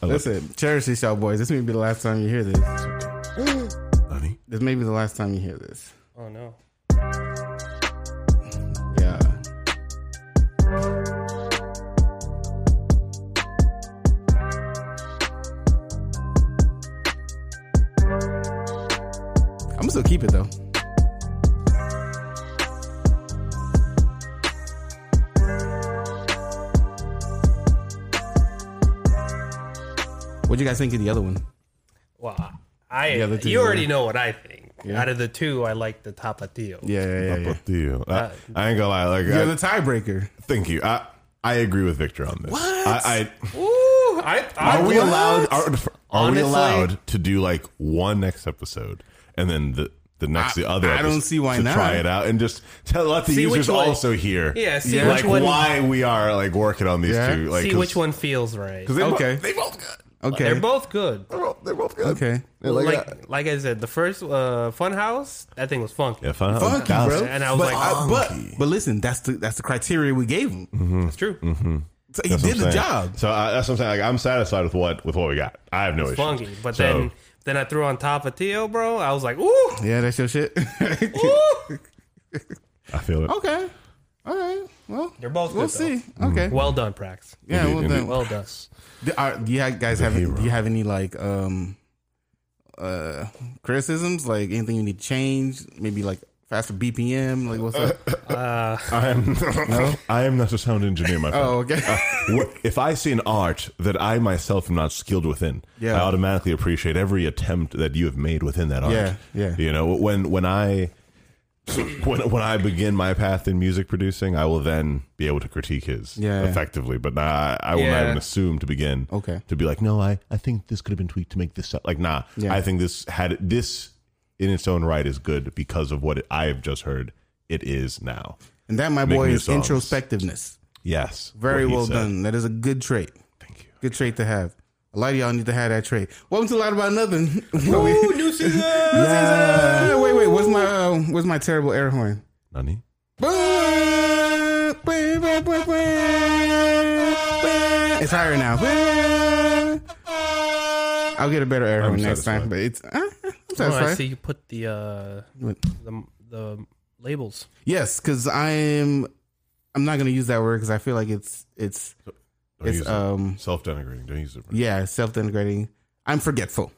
Listen, cherish these y'all boys. This may be the last time you hear this. honey. This may be the last time you hear this. Oh no. Yeah. I'm gonna still keep it though. What do you guys think of the other one? Well, I The other two, you already yeah. know what I think. Yeah. Out of the two, I like the Tapatio. Yeah, yeah, yeah. yeah. But deal. I, I ain't gonna lie. Like, You're I, the tiebreaker. thank you. I I agree with Victor on this. What? I, Ooh, I, I, I are we love- allowed? Are, are we Honestly? allowed to do like one next episode and then the the next the other? I don't episode see why to not. Try it out and just tell let the See which users one- also hear. Yeah, see Yeah. like which one. why we are like working on these Yeah. two. Like, see 'cause- which one feels right. 'cause Oh, They Okay. both, they both good. Okay. They're both good. They're both, they're both good. Okay. Yeah, Like, like, uh, like, I said, the first uh, Fun House, that thing was funky. yeah, fun, Funky, bro. And I was but, like, I- but but listen, that's the that's the criteria we gave him. That's true. So he That's what did I'm the saying. job. So I, that's what I'm saying. Like, I'm satisfied with what with what we got. I have no issue. Funky. But then then I threw on Tapatio, bro. I was like, ooh, Yeah, that's your shit. ooh. I feel it. okay. All right. Well, They're both We'll good, though. Mm-hmm. see. Okay. Well done, Prax. yeah. Indeed, Well, then, indeed. Well done. do, are, do you ha- guys have hero. do you have any like um uh criticisms like anything you need to change? Maybe like faster BPM. Like what's up? I am. I am not a sound engineer, my friend. Oh, okay. Wh- if I see an art that I myself am not skilled within, Yeah. I automatically appreciate every attempt that you have made within that art. Yeah, yeah. You know, when when I when when I begin my path in music producing, I will then be able to critique his Yeah. effectively. But nah, I, I will not Yeah. even assume to begin. Okay. To be like, no, I I think this could have been tweaked to make this sound- like nah. Yeah. I think this had this in its own right is good because of what it, I have just heard. It is now. and that my Make boy new is songs. introspectiveness. Yes. Very what he well said. done. That is a good trait. Thank you. Good trait to have. A lot of y'all need to have that trait. Welcome to Loud About Nothing. Ooh, new season. Uh, wait, wait. Where's my uh, where's my terrible air horn? Nani? It's higher now. I'll get a better air horn next satisfied. time, but it's uh, I'm Oh, I satisfied. see you put the uh, the the labels. yes, because I'm I'm not gonna use that word because I feel like it's it's Don't use it's it. um Self-denigrating. Don't use it. yeah self denigrating. I'm forgetful.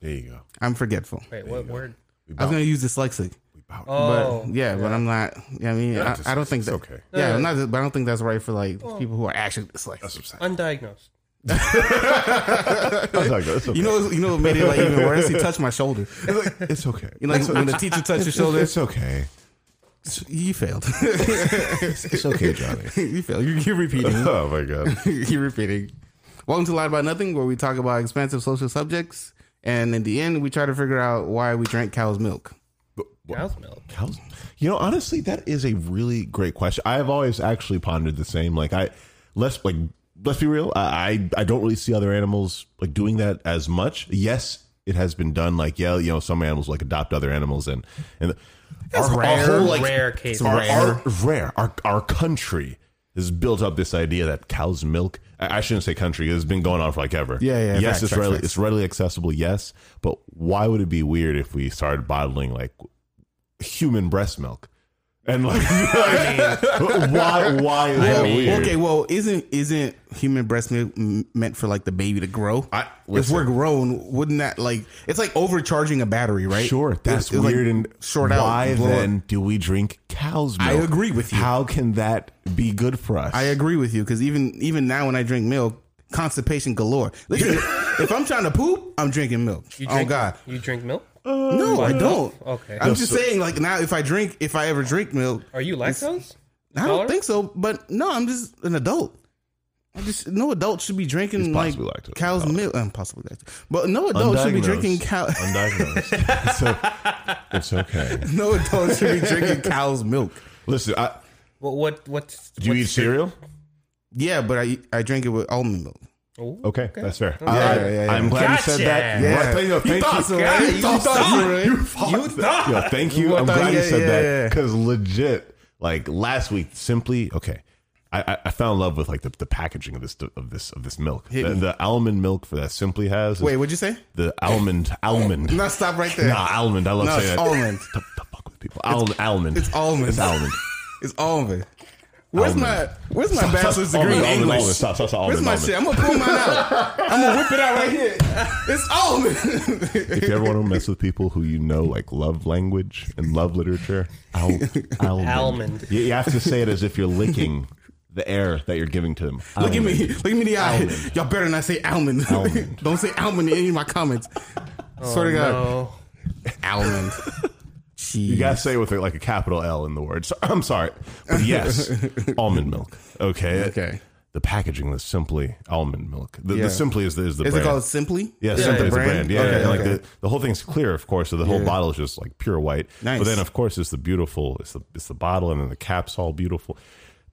There you go. I'm forgetful. Wait, what word? We I was bout. gonna use dyslexic, we bout. but Oh, yeah, but I'm not. Yeah, I mean, Yeah, I, I don't dyslexic. think It's that. okay. Oh. Yeah, I'm not. But I don't think that's right for like people who are actually dyslexic. That's what undiagnosed. I'm saying. That's okay. It's okay. You know, you know what made it like even worse? He touched my shoulder. it's okay. You know, like when the teacher touched your shoulder, It's okay. you failed. It's, it's okay, Johnny. you failed. You're, you're repeating. oh my god. you're repeating. Welcome to Lie About Nothing, where we talk about expensive social subjects, and in the end, we try to figure out why we drank cow's milk. Cow's milk. Cows- You know, honestly, that is a really great question. I have always actually pondered the same. Like, I let's like let's be real. I I, I don't really see other animals like doing that as much. Yes, it has been done. Like, yeah, you know, some animals like adopt other animals and and our, our rare, whole, like, rare case. Our, our- rare. Our our country has built up this idea that cow's milk. I, I shouldn't say country. It's been going on for like ever. Yeah, yeah, Yes, facts, it's facts, readily facts. it's readily accessible. Yes, but why would it be weird if we started bottling like human breast milk? And like, why? Why is that mean- weird? Okay, well, isn't isn't human breast milk m- meant for like the baby to grow? I- if listen. we're grown, wouldn't that like it's like overcharging a battery, right? Sure, It's- that's it's, like, weird and short out. Why blow up. then do we drink cow's milk? I agree with you. How can that be good for us? I agree with you because even even now when I drink milk, constipation galore. Listen, if I'm trying to poop, I'm drinking milk. oh drink, God, You drink milk? no, I don't. Okay. I'm just saying like now if I drink, if I ever drink milk, Are you lactose? I don't Tolerant? think so. But no, I'm just an adult. I just no adult should be drinking like possibly lactose cow's intolerant. milk. Um, possibly lactose, but no adult should be Undiagnosed. drinking cow. Undiagnosed. so it's okay. no adult should be drinking cow's milk. Listen, I, What? What? What's, do you eat cereal? Yeah, but I I drink it with almond milk. Ooh. Okay, that's fair. Yeah, I, yeah, yeah. I'm glad you Gotcha. said that. Yeah. Right, thank you. Thank thought so, right? God, You thought so, right? You thought. Yo, thank you. I I'm thought- glad you yeah, said yeah, that yeah. because legit, like last week, simply okay. I, I- I fell in love with like the, the packaging of this of this of this milk. The, the almond milk for that Simply has. is Wait, what'd you say? the almond almond. No, stop right there. Nah, almond. I love No, it's saying that. almond. Don't- don't fuck with people. Al- almond. It's almond. It's almond. It's almond. Where's Almond. my Where's my bachelor's degree almond, in almond, English? almond. Stop, stop, stop. Where's Almond, my almond. shit? I'm gonna pull mine out. I'm gonna whip it out right here. It's almond. If you ever want to mess with people who you know like love language and love literature, al- almond. Almond. You, you have to say it as if you're licking the air that you're giving to them. Look at Almond. me. Look at me in the eye. Y'all better not say almond. Almond. Don't say almond in any of my comments. Swear to God. No. Almond. Jeez. You gotta say it with like a capital L in the word. So, I'm sorry, but yes, almond milk. Okay, Okay. The packaging was simply almond milk. The, Yeah. the simply is the, is the Is brand. it called Simply? Yeah, Is that Simply the is a brand. Yeah, Okay, yeah, like okay. the, the whole thing's clear, of course. So the whole bottle is just like pure white. Nice. But then, of course, it's the beautiful. It's the it's the bottle, and then the cap's all beautiful.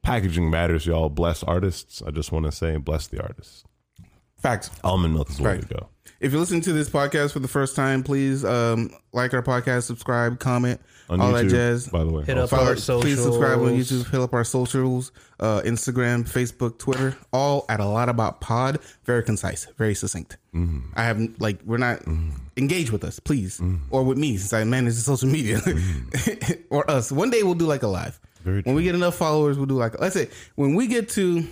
Packaging matters, y'all. Bless artists. I just want to say, bless the artists. facts. Almond milk is the way Right. to go. If you're listening to this podcast for the first time, please um, like our podcast, subscribe, comment, On all YouTube, that jazz. by the way. Hit up Also, Follow- Our Please subscribe on socials. YouTube. Hit up our socials, uh, Instagram, Facebook, Twitter, all at a lot about pod. Very concise, very succinct. I have like we're not engage with us, please, or with me since I manage the social media, or us. One day we'll do like a live. Very when we get enough followers, we'll do like let's say when we get to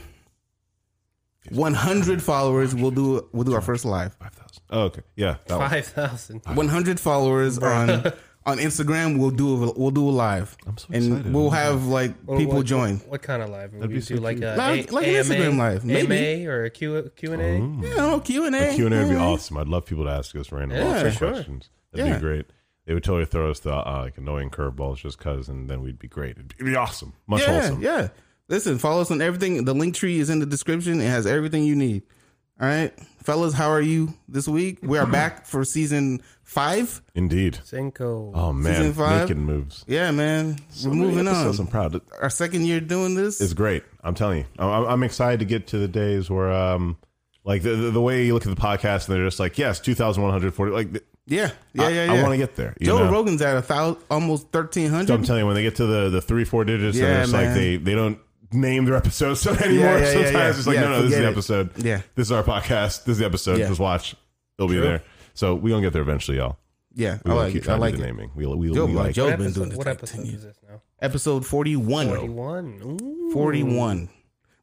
100 followers, we'll do we'll do our first live. 5,000. Oh, okay. Yeah. That one. Five thousand. 100 followers on on Instagram. We'll do a, we'll do a live, I'm so and excited. we'll have like people what, join. What, kind of live? Would we be do so like cute. a, Like- a- like an AMA, Instagram live, maybe. Oh. AMA or a Q Q and A. You know, Q and A. Hmm. Q and A would be awesome. I'd love people to ask us random Yeah, awesome sure. questions. That'd Yeah. be great. They would totally throw us the uh, like annoying curveballs just cause, and then we'd be great. It'd be awesome. Much Yeah, wholesome. yeah. Listen, follow us on everything. The link tree is in the description. It has everything you need. All right, fellas, how are you this week? We are back for season five. Indeed. Cinco. Oh Season man, five. making moves. Yeah, man, we're many moving on. episodes, I'm proud. Our second year doing this. It's great. I'm telling you, I'm, I'm excited to get to the days where, um, like the, the the way you look at the podcast, and they're just like, yes, 2,140. Like, th- yeah, yeah, I- yeah, yeah. I, want to get there. you Joe know? Rogan's at a thousand, almost thirteen So I'm hundred. telling you, when they get to the the three four digits, Yeah, and it's like man. they they don't name their episodes so anymore. yeah, yeah, Sometimes yeah. it's like, Yeah, no, no, this is the forget it. episode. Yeah. this is our podcast. This is the episode. Yeah. Just watch. It'll be there. So we gonna get there eventually, y'all. Yeah, I We will like keep it. I trying like to do the it. naming. We we, Joe, we like Joe what been doing episode, this. what for episode 10 years. is this now? Episode forty-one. Forty-one. Ooh. 41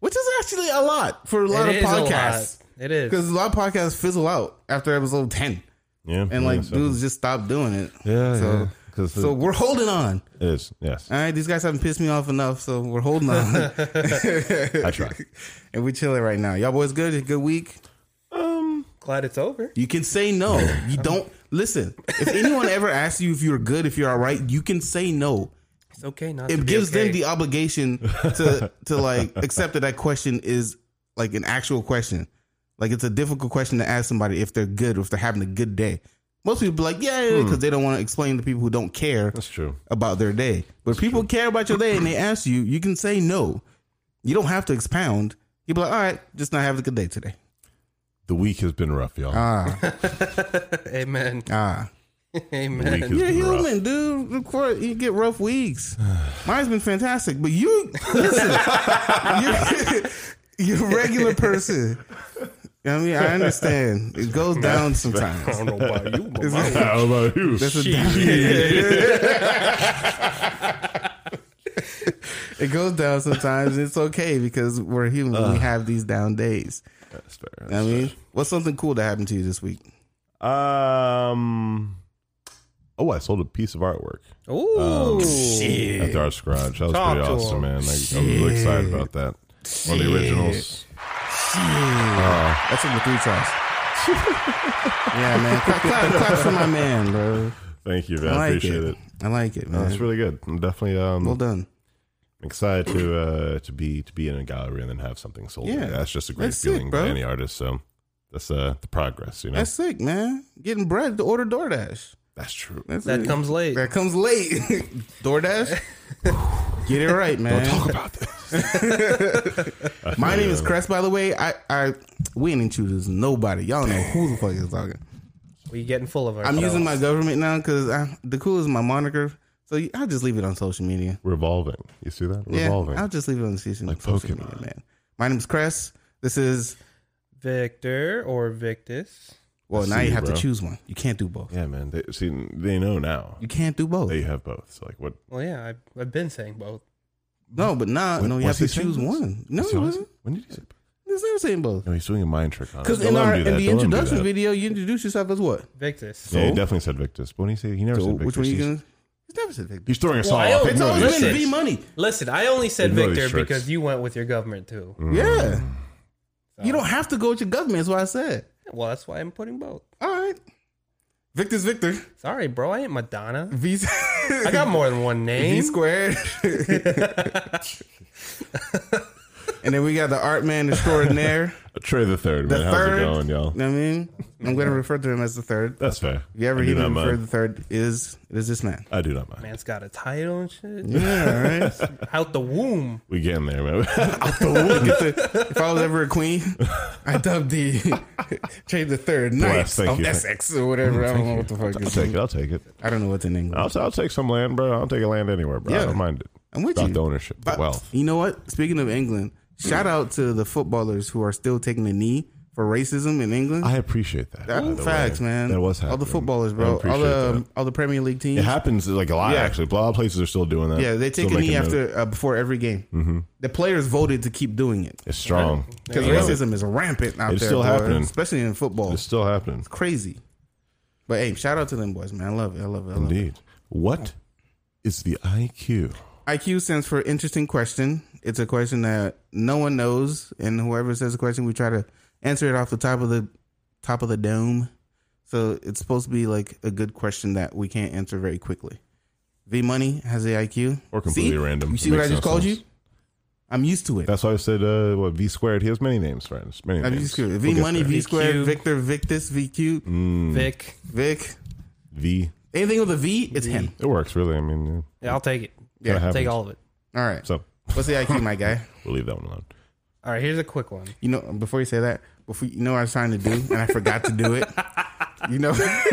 which is actually a lot for a lot It of is a podcasts lot. It is. because a lot of podcasts fizzle out after episode 10 yeah, and like yeah, so- dudes just stop doing it Yeah, so yeah. 'Cause the- so we're holding on it is yes. all right these guys haven't pissed me off enough so we're holding on I try. and we're chilling right now y'all boys good good week Glad it's over. you can say no you don't listen if anyone ever asks you if you're good if you're all right you can say no It's okay. Not to it be gives okay. them the obligation to to like accept that that question is like an actual question. Like it's a difficult question to ask somebody if they're good or if they're having a good day. Most people be like, yeah, Hmm. because they don't want to explain to people who don't care That's true. about their day. But if people care about your day and they ask you, you can say no. You don't have to expound. You be like, all right, just not having a good day today. The week has been rough, y'all. Ah, Amen. ah. the week Amen. has You're been rough. human, dude. Of course, you get rough weeks. Mine's been fantastic, but you listen. you're, you're a regular person. I mean, I understand. It goes down I sometimes. don't know about you, but It's- mine- How about you? That's a it goes down sometimes. It's okay because we're human. we have these down days. That's fair. I mean, what's something cool that happened to you this week? Um. Oh, I sold a piece of artwork. um, Ooh. Oh, at the Arts Garage. That was Talk pretty to awesome, him. man. Like, I'm really excited about that. One of the originals. Uh, That's in the three times. yeah, man. Clap, clap, clap for my man, bro. Thank you, man. I I like appreciate it. it. I like it, No, man. it's really good. I'm definitely um, well done. excited to uh, to be to be in a gallery and then have something sold. Yeah. that's just a great That's sick, feeling bro. for any artist. So that's uh, the progress. You know, That's that's, sick, man. Getting bread to order DoorDash. true. That's That it. comes late. that comes late. DoorDash. Get it right, man. Talk about this. My name is Crest, by the way. I, I we ain't intruders. Nobody. Y'all know who the fuck is talking. We getting full of ourselves. I'm using my government now because the cool is my moniker. So you- I'll just leave it on social media. Revolving. You see that? Yeah, Revolving. I'll just leave it on social, Like social Pokemon. media, man. My name's Cress. This is Victor or Victus. well. I now see you, you, have bro. to choose one. You can't do both. yeah, man. They, see, they know now. You can't do both. They have both. So like, what? Well, yeah, I've, I've been saying both. No, but nah, When- Uh, no, you have was to he saying choose this? one. No, Is it he wasn't. When did he say? It's never saying both. No, he's doing a mind trick on us. Because Don't in let him our do that. in the Don't let him do introduction that. video, you introduce yourself as what? Victus. Yeah, he definitely said Victus. But when he said he never So said Victus, which one are you he's, gonna? It's never said Victor. he's throwing us Well, I all don't- off. He It's No, knows always this been listen. shit. V money. Listen, I only said You know these Victor tricks. because you went with your government too. Mm. Mm. Yeah. You don't have to go with your government. That's what I said. Well, that's why I'm putting both. All right. Victor's Victor. Sorry, bro. I ain't Madonna. V. I got more than one V name. squared. and then we got the art man extraordinaire. Trey the third, The man. How's third. it going, y'all? You know what I mean? I'm going to refer to him as the third. That's fair. If you ever I hear me do not refer to mind. the third, it is it is this man? I do not mind. Man's got a title and shit. Yeah, all right. Out the womb. We getting there, man. Get the- if I was ever a queen, I dubbed the trade the third knight Bless, thank of you. Essex or whatever. I don't know what the fuck. I'll Is. take it. I'll take it. I don't know what's in English. I'll, I'll take some land, bro. I'll take a land anywhere, bro. I Yeah. don't mind it. I'm with About you. the ownership, the But wealth. Mm. You know what? Speaking of England, shout out to the footballers who are still taking the knee for racism in England. I appreciate that. by Ooh, the facts, way. man. That was happening. all the footballers, I bro. All appreciate the um, that. all the Premier League teams. It happens like a lot, Yeah. actually. A lot of places are still doing that. Yeah, they take Still a knee making Mm-hmm. notes. after uh, before every game. The players voted to keep doing it It's strong. because I love it. racism is rampant out It's there, still boy, happening. especially in football. It's It's still happening. crazy. But hey, shout out to them boys, man. I love it. I love it. I love it. Indeed. What is the IQ? IQ stands for interesting question. It's a question that no one knows, and whoever says the question, we try to answer it off the top of the top of the dome. So it's supposed to be like a good question that we can't answer very quickly. V Money has the IQ, Or completely See? random. You see It what I makes just no called sense. you? I'm used to it. That's why I said uh, what V squared. He has many names, friends. Many I'm names. used to it. We'll V get Money, there. Mm, V squared, VQ. Victor, Victus, VQ, Vic. Vic. V. Anything with a V, it's him. It works really. I mean, yeah. Yeah, I'll take it. That Yeah. happens. Take all of it. All right. So What's the IQ, my guy? we'll leave that one alone. All right, here's a quick one. You know, before you say that, before you know what I was trying to do and I forgot to do it. You know,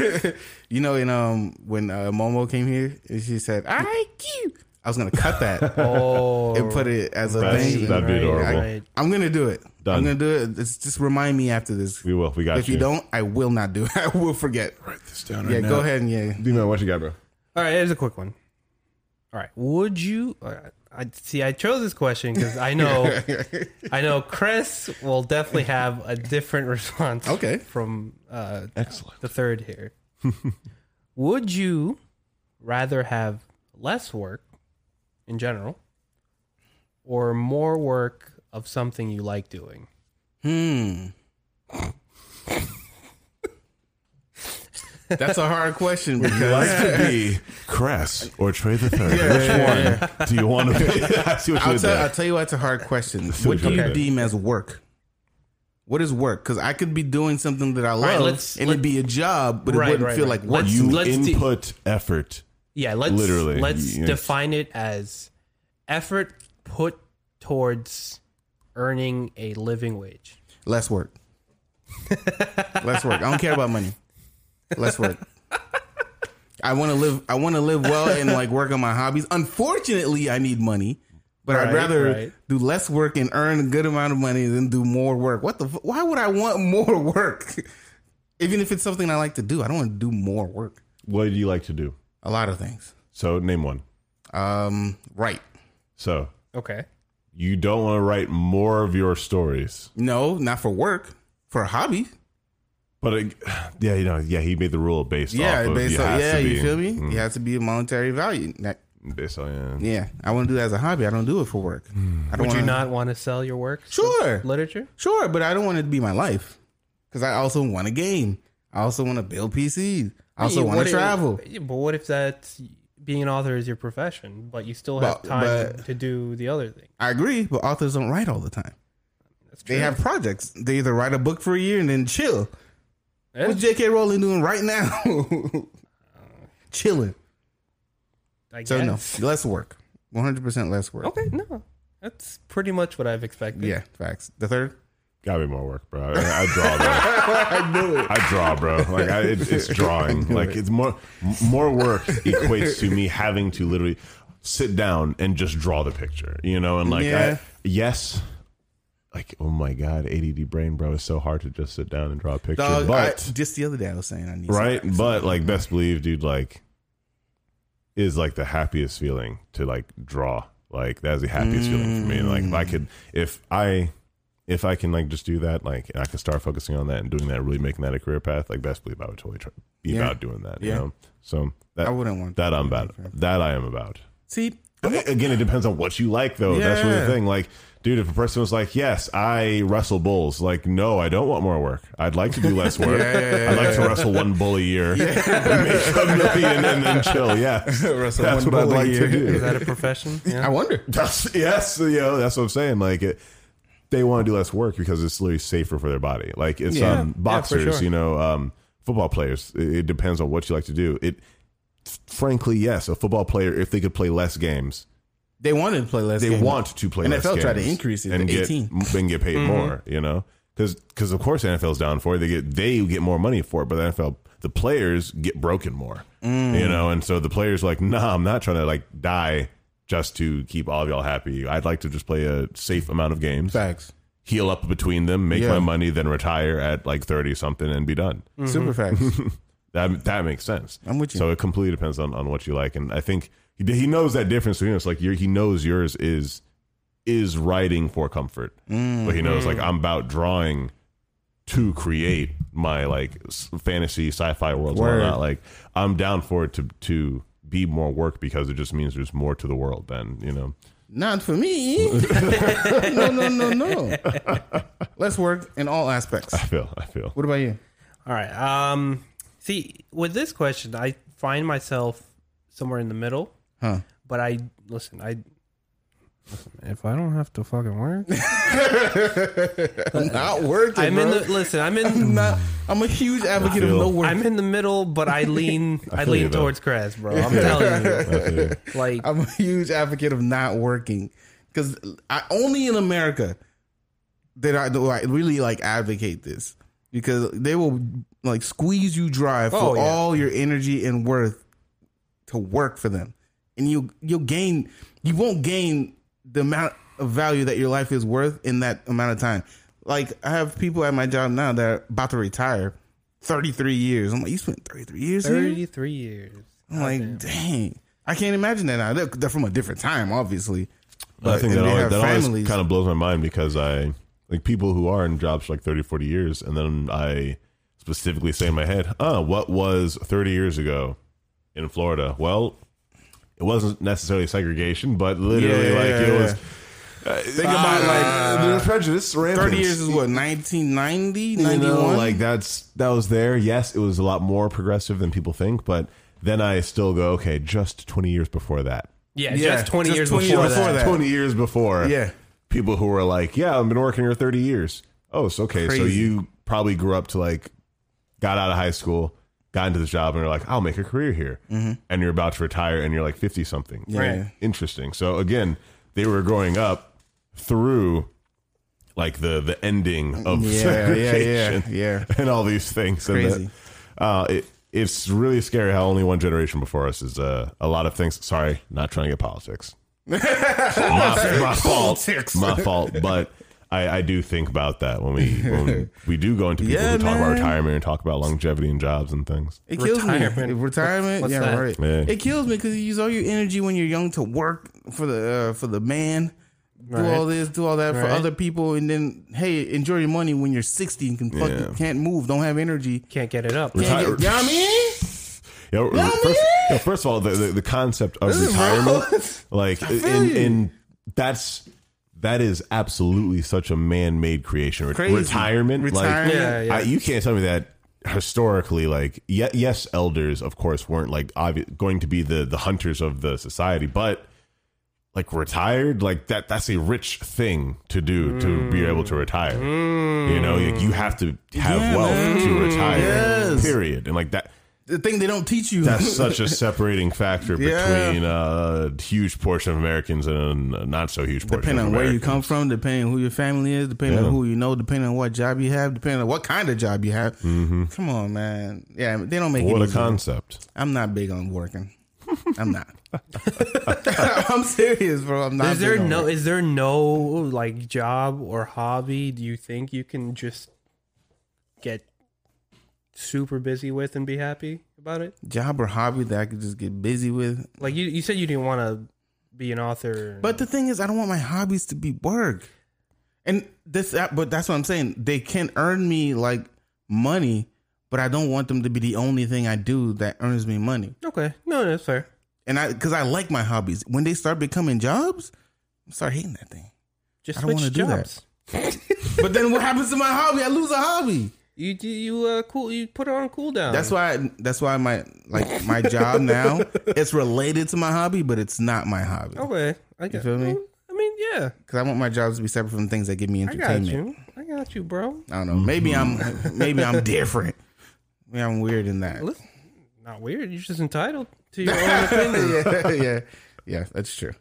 you know, in um when uh, Momo came here and she said IQ, I was gonna cut that Oh, and put it as a That's- thing. that'd be adorable. I'm gonna do it. Done. I'm gonna do it. It's, just remind me after this. We will. We got If you don't, I will not do it. I will forget. write this down Yeah, go ahead and yeah. Dino, what you got, bro? All right, here's a quick one. All right, would you? all right, I see. I chose this question because I know, I know, Chris will definitely have a different response. Okay. from uh, Excellent. the third here. would you rather have less work in general, or more work of something you like doing? Hmm. That's a hard question because Like to be Cress or Trey the Third. Which one do you want to be? I see what you I'll did tell, I'll there. tell you what's a hard question. see What what do you you did. deem as work? What is work? Because I could be doing something that I love, right, let's- and let- it'd be a job, but Right, it wouldn't right, feel right. like work. Let's- You let's do- input effort. Yeah, let's Literally, let's yes. define it as effort put towards earning a living wage. Less work. Less work. I don't care about money. Less work. I want to live. I want to live well and like work on my hobbies. Unfortunately, I need money, but I'd Right, rather right. do less work and earn a good amount of money than do more work. What the? fu- Why would I want more work? Even if it's something I like to do, I don't want to do more work. What do you like to do? A lot of things. So name one. Um, right. So Okay. you don't want to write more of your stories. No, not for work. For a hobby. But it, yeah, you know, yeah, he made the rule based yeah, off of based you on, has yeah, to be, Mm. you feel me? It has to be a monetary value. That, Based on yeah. yeah, I want to do that as a hobby. I don't do it for work. Mm. I don't Would you wanna- not want to sell your work? Sure. Literature? Sure, but I don't want it to be my life because I also want a game. I also want to build PCs. I also want to travel. but what if that's being an author is your profession, but you still have But- time but- to do the other thing? I agree, but authors don't write all the time. That's true. They have projects. They either write a book for a year and then chill. Yeah. What's J.K. Rowling doing right now? Chilling. I guess. So no, less work. One hundred percent less work. Okay, no. That's pretty much what I've expected. Yeah, facts. The third. Gotta be more work, bro. I, I draw, bro. I knew it. I draw, bro. Like I, it, it's drawing. Like it's more m- more work equates to me having to literally sit down and just draw the picture, you know. And like, Yeah. I, yes, like oh my god, ADD brain, bro. It's so hard to just sit down and draw a picture. Dog, but I, just the other day I was saying I need right but like best believe dude like is like the happiest feeling to like draw like that's the happiest feeling for me like if i could Mm. if i if i can like just do that like and i can start focusing on that and doing that really making that a career path like best believe i would totally try, be Yeah. about doing that you Yeah. know so that I wouldn't want that i'm about that i am about See, but again, it depends on what you like, though. That's really Yeah. the thing. Like, dude, if a person was like, "Yes, I wrestle bulls," like, no, I don't want more work. I'd like to do less work. I'd like to wrestle one bull a year, make a million, and then chill. Yeah, Wrestle that's one what I'd bull a like year. to do. Is that a profession? I Yeah. wonder. That's, yes, you know, that's what I'm saying. Like, it, they want to do less work because it's literally safer for their body. Like, it's Yeah. um, Yeah, for boxers, sure. you know, um, football players. It, it depends on what you like to do. It, frankly, yes, a football player, if they could play less games, They wanted to play less. they games. want to play. NFL less tried to games increase it and to get 18. and get paid more. You know, because of course NFL's down for it. They get they get more money for it, but the NFL the players get broken more. Mm. You know, and so the players like, nah, I'm not trying to like die just to keep all of y'all happy. I'd like to just play a safe amount of games, facts. heal up between them, make Yeah. my money, then retire at like thirty something and be done. Super facts. That that makes sense. I'm with you. So it completely depends on, on what you like, and I think he, he knows that difference between us. Like your, he knows yours is is writing for comfort, Mm, but he knows like I'm about drawing to create my like s- fantasy sci-fi worlds and Word. whatnot. Like I'm down for it to to be more work because it just means there's more to the world than you know. Not for me. no, no, no, no. Let's work in all aspects. I feel I feel What about you? All right. Um, see, with this question, I find myself somewhere in the middle. Huh. But I listen. I listen, if I don't have to fucking work, I'm not working. I'm in bro. the listen. I'm in. Not- I'm a huge advocate of feel- no work. I'm in the middle, but I lean. I, feel you, lean though. towards Kraz, bro. I'm telling you, like I'm a huge advocate of not working because I only in America did I do I really like advocate this because they will like squeeze you dry for Oh, yeah. all your energy and worth to work for them, and you you'll gain you won't gain the amount of value that your life is worth in that amount of time. Like I have people at my job now that are about to retire, thirty three years. I'm like, you spent thirty three years here. 33 years. I'm like, dang. I can't imagine that now. They're, they're from a different time, obviously. I and think that, they always, have that always families. kind of blows my mind because I like people who are in jobs for like 30, 40 years, and then I specifically say in my head, "Ah, what was thirty years ago in Florida?" Well, it wasn't necessarily segregation, but literally Yeah. like it was. uh, ah. Think about like the prejudice. Rampant. 30 years is what, 1990, You 91? know, like that's that was there. Yes, it was a lot more progressive than people think, but then I still go, okay, just twenty years before that. Yeah, Yeah, just 20 just years 20 before, years that. before that. 20 years before. Yeah. People who were like, yeah, I've been working here 30 years. Oh, so okay. So Crazy. you probably grew up to like, got out of high school, got into this job, and you're like, I'll make a career here. And you're about to retire and you're like 50 something. Mm-hmm. Yeah. Interesting. So again, they were growing up through like the the ending of Yeah, yeah, yeah, segregation yeah. and all these things. And Crazy. that- uh, it, it's really scary how only one generation before us is uh, a lot of things. Sorry, not trying to get politics. my, my fault. Politics. My fault. But I, I do think about that when we when we do go into people Yeah, who talk about man. retirement and talk about longevity and jobs and things. It kills me. Retirement. Retirement. What's yeah, that? right. Yeah. It kills me because you use all your energy when you're young to work for the uh, for the man, do all Right. this, do all that for Right. other people, and then hey, enjoy your money when you're 60 and can fuck, Yeah. can't move, don't have energy. Can't get it up. Can't Retire- get, you know what I mean? You know, first, you know, first of all, the, the, the concept of is retirement, like feel in, you. in that's that is absolutely such a man-made creation. Re- Crazy. Retirement, Retirement. like Yeah, yeah. I, you can't tell me that historically, like ye- yes, elders of course weren't like obvi- going to be the the hunters of the society, but like retired, like that that's a rich thing to do to be able to retire. You know, like you have to have Yeah, wealth to retire. Yes. Period. And like that the thing they don't teach you. That's such a separating factor Yeah. between uh, a huge portion of Americans and a not so huge portion. depending of on where you Americans. come from, depending on who your family is, depending Yeah. on who you know, depending on what job you have, depending on what kind of job you have. Come on, man. Yeah, they don't make Mm-hmm. What it a easy. concept! I'm not big on working. I'm not. I'm serious, bro. I'm not. Is there big on no working. is there no like job or hobby do you think you can just get super busy with and be happy about it? job or hobby that I could just get busy with? Like you, you said you didn't want to be an author. But the thing is, I don't want my hobbies to be work. And this, that- but that's what I'm saying. They can earn me like money, but I don't want them to be the only thing I do that earns me money. okay, no, that's fair. And I, because I like my hobbies. When they start becoming jobs, I start hating that thing. Just I don't switch wanna do that. jobs. But then what happens to my hobby? I lose a hobby. You you- you uh, cool. You put it on cooldown. That's why. That's why my like my job now. It's related to my hobby, but it's not my hobby because okay. I got, feel me? well, I mean, yeah, I want my jobs to be separate from things that give me I got entertainment. you. I got you, bro. I don't know. Maybe I'm maybe I'm different. Maybe I'm weird in that. Listen, not weird. You're just entitled to your own opinion. yeah, yeah, yeah. That's true.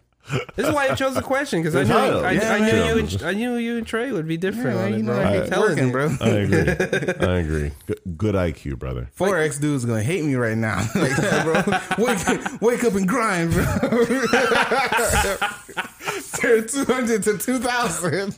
This is why I chose the question because I knew Entitled. I, I Yeah. knew you and I knew you and Trey would be different. on you it, know, bro. I I'm be telling working, you. bro. I agree. I agree. Good, good IQ, brother. Four X dude's gonna hate me right now. like that, bro. Wake, wake up and grind, bro. Turn two hundred to two thousand,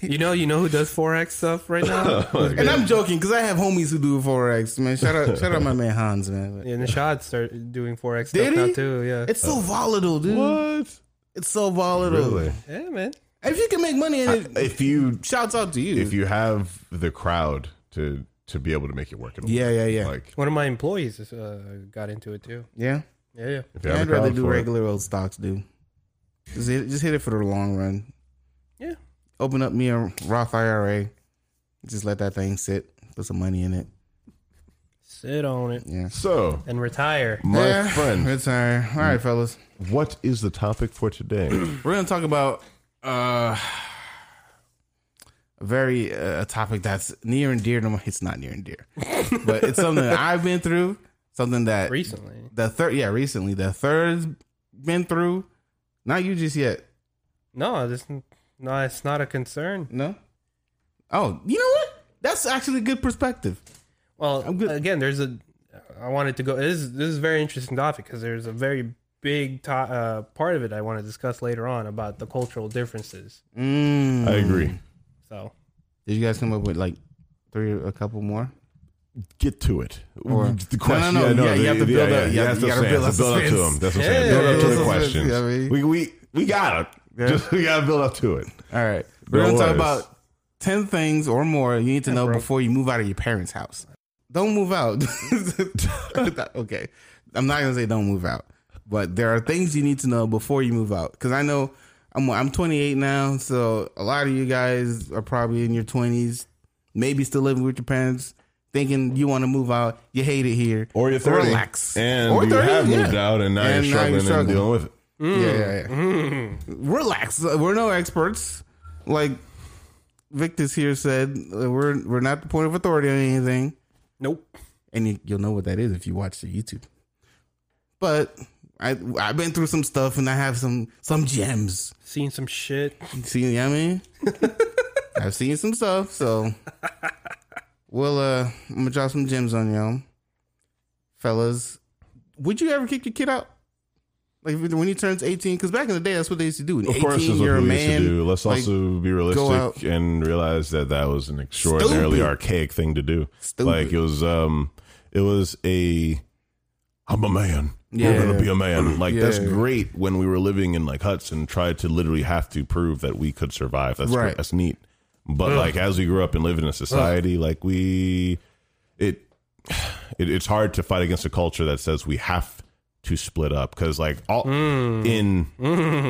You know, you know who does forex stuff right now? and I'm joking because I have homies who do four X. Man, shout out, shout out my man Hans, man. yeah, Nishad started doing forex stuff Did now he? too. Yeah, It's so volatile, dude. What? It's so volatile. Really? yeah, man. If you can make money in it, If you shouts out to you. if you have the crowd to to be able to make it work at all. yeah, yeah, yeah, Like One of my employees uh, got into it too. yeah. Yeah, yeah. if you have I'd the crowd rather do for it. regular old stocks, dude. Just hit, just hit it for the long run. Yeah. Open up me a Roth IRA. Just let that thing sit. Put some money in it. Sit on it Yeah. So, and retire. my yeah, friend, Retire. All right, fellas. what is the topic for today? We're going to talk about uh, a very uh, a topic that's near and dear to my. It's not near and dear, but it's something that I've been through. Something that Recently, the third, yeah, recently the third's been through. Not you just yet. no, this no, it's not a concern. No. Oh, you know what? That's actually a good perspective. Well, I'm good. again, there's a. I wanted to go. This is, this is a very interesting topic because there's a very big to, uh, part of it I want to discuss later on about the cultural differences. Mm. I agree. So Did you guys come up with like three, a couple more? Get to it. Mm, Or- the No, no, no. Yeah, yeah, you have to build up- you Yeah, have- that's you what I'm gotta saying. build It's a up build up to suspense. them. That's what I'm Yeah, saying. Build up yeah, to the yeah. questions. Yeah, I mean- We we we got it. Just we gotta build up to it. All right. We're No going to talk worries. about 10 things or more you need to know before you move out of your parents' house. Don't move out. okay. I'm not going to say don't move out, but there are things you need to know before you move out. Because I know I'm, I'm 28 now, so a lot of you guys are probably in your 20s, maybe still living with your parents, thinking you want to move out. You hate it here. Or you're 30. Relax. And Or you 30, have moved yeah. out and now And you're now struggling you're and struggling. dealing with it. Yeah, yeah, yeah. Relax. We're no experts. Like Victus here said, uh, we're we're not the point of authority on anything, nope. and you, you'll know what that is if you watch the YouTube. But I I've been through some stuff, and I have some some gems. Seen some shit. See, what I mean, I've seen some stuff, so we'll uh, I'm gonna drop some gems on y'all, fellas. Would you ever kick your kid out? Like when he turns 18, because back in the day, that's what they used to do. An Of course, is 18 what year we old used to man. do. Let's like, also be out- realistic and realize that that was an extraordinarily Stupid. archaic thing to do. Stupid. Like it was, um, it was a. I'm a man. Yeah. You're gonna be a man. Like that's Yeah. great. When we were living in like huts and tried to literally have to prove that we could survive. That's Right. great. that's neat. But like as we grew up and live in a society, like we, it it, it's hard to fight against a culture that says we have to split up because like all Mm. in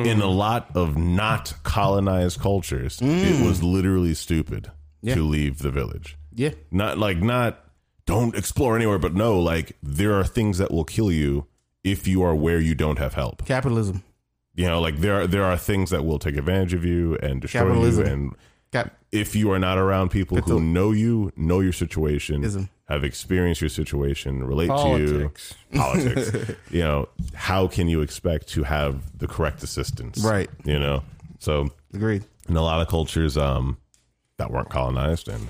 in a lot of not colonized cultures Mm. it was literally stupid to leave the village Yeah. not like not don't explore anywhere but no like there are things that will kill you if you are where you don't have help Capitalism. you know like there are there are things that will take advantage of you and destroy Capitalism. you and Cap- if you are not around people who know you, know your situation, Ism. have experienced your situation, relate Politics. to you, politics. you know, how can you expect to have the correct assistance? Right. You know, so Agreed. in a lot of cultures um, that weren't colonized and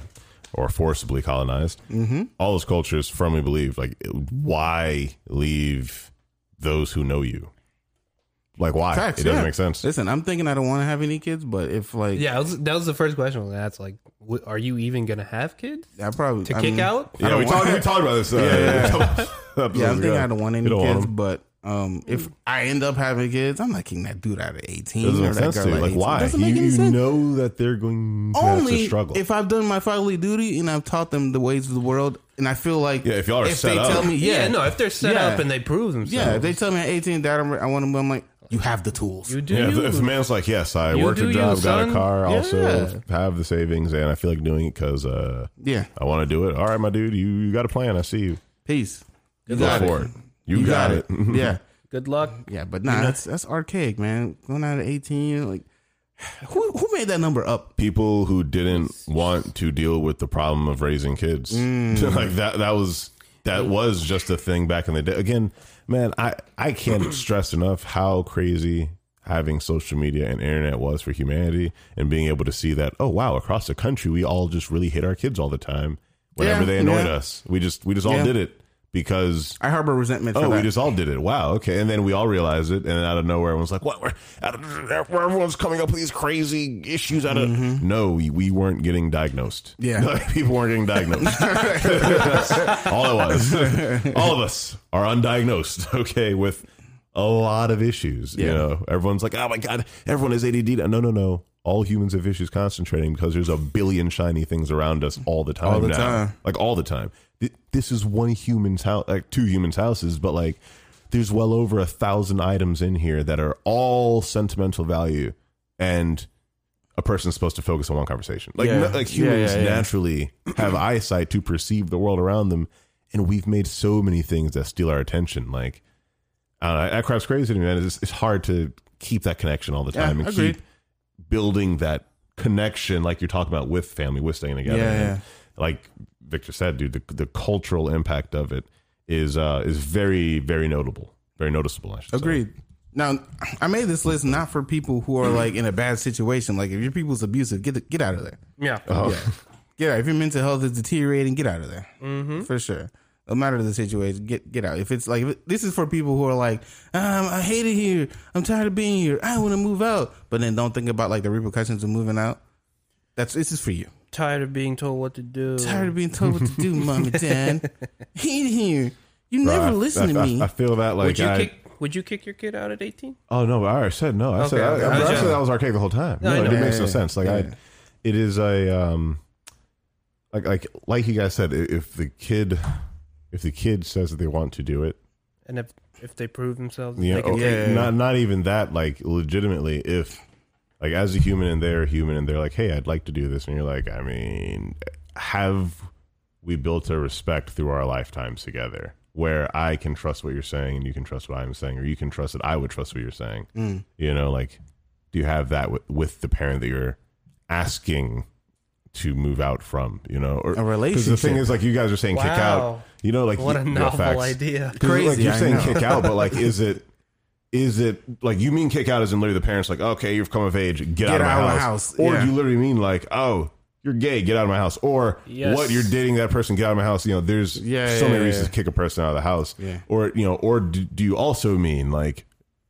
or forcibly colonized. Mm-hmm. All those cultures firmly believe like why leave those who know you? Like why? Facts, it doesn't yeah. make sense. Listen, I'm thinking I don't want to have any kids, but if like Yeah, that was, that was the first question. That's like, w- are you even gonna have kids I probably to I kick mean, out? Yeah, we talked, we talked about this. Uh, yeah, Yeah, I'm thinking I don't want any You don't want kids, them. but um, if I end up having kids, I'm not kicking that dude out at 18 doesn't or make that sense girl to you. at Like 18. why? Doesn't You, make any you sense. know that they're going to have to Only struggle. if I've done my fatherly duty and I've taught them the ways of the world, and I feel like Yeah, if y'all are set they up. tell me, yeah, Yeah, no. If they're set Yeah. up and they prove themselves, yeah, if they tell me at 18 that I'm, I want to, I'm like, you have the tools. you do. yeah, if, you. if a man's like, yes, I You worked do a you, job, got a son. car, Yeah. also have the savings, and I feel like doing it because uh, yeah, I want to do it. All right, my dude, you, you got a plan. I see you. peace. You Go for it. You, got, it. yeah, Good luck. yeah, but nah, that's that's archaic, man. Going out at 18, like, who who made that number up? People who didn't want to deal with the problem of raising kids, like that. That was that was just a thing back in the day. Again, man, I I can't stress enough how crazy having social media and internet was for humanity, and being able to see that. Oh wow, across the country, we all just really hit our kids all the time. Whenever Yeah, they annoyed yeah. us, we just we just all Yeah. did it because I harbor resentment for Oh, that. we just all did it. Wow. Okay. And then we all realized it. And then out of nowhere, everyone's like, what? We're, out of, where everyone's coming up with these crazy issues out of. No, we, we weren't getting diagnosed. Mm-hmm. Yeah. Like, people weren't getting diagnosed. That's all it was. All of us are undiagnosed, okay, with a lot of issues. You Yeah. know, everyone's like, oh my God, everyone is ADD. No, no, no. All humans have issues concentrating because there's a billion shiny things around us all the time All the now. time. Like all the time. Th- This is one human's house, like two humans' houses, but like there's well over a thousand items in here that are all sentimental value, and a person's supposed to focus on one conversation. Like, Yeah. no- like Yeah, yeah, humans yeah. naturally have eyesight to perceive the world around them, and we've made so many things that steal our attention. Like, I don't know, that crap's crazy to me, man. It's, it's hard to keep that connection all the Yeah, time and agreed. keep building that connection, like you're talking about with family, with staying together. Yeah, And yeah. Like Victor said, dude, the, the cultural impact of it is uh, is very very notable, very noticeable. I should say. Agreed. Now, I made this list not for people who are like in a bad situation. Like, if your people's abusive, get the, get out of there. Yeah. Uh-huh. Get out. If your mental health is deteriorating, get out of there. Mm-hmm. For sure. No matter the situation, get get out. If it's like if it- this is for people who are like, um, I hate it here. I'm tired of being here. I want to move out. But then don't think about like the repercussions of moving out. That's this is for you. Tired of being told what to do. Tired of being told what to do, mom and dad. Hate it here. You Bro, never I- listen I- to me. I, I feel that like would you I, kick? Would you kick your kid out at eighteen? Oh no! I already said no. I said Okay, I, okay. I, I Yeah. said that was archaic the whole time. No, No, I it know. makes no Yeah, sense. Like I, yeah. it is a um, like like like you guys said. i- If the kid, if the kid says that they want to do it, And if if they prove themselves, you know, they can or- take Yeah. not not even that. Like legitimately, if like as a human and they're a human and they're like, hey, I'd like to do this, and you're like, I mean, have we built a respect through our lifetimes together? Where I can trust what you're saying and you can trust what I'm saying, or you can trust that I would trust what you're saying Mm. you know like do you have that with, with the parent that you're asking to move out from you know or A the thing relationship. is like you guys are saying kick out Wow. you know like what a yeah, novel facts. idea. 'Cause, like Crazy, you're I saying know. kick out but like is it is it like you mean kick out as in literally the parents like okay you've come of age get, out of my house, house, or yeah. do you literally mean like oh you're gay get out of my house or Yes. what you're dating that person get out of my house you know there's Yeah, so yeah, yeah. many reasons to kick a person out of the house Yeah. or you know or do, do you also mean like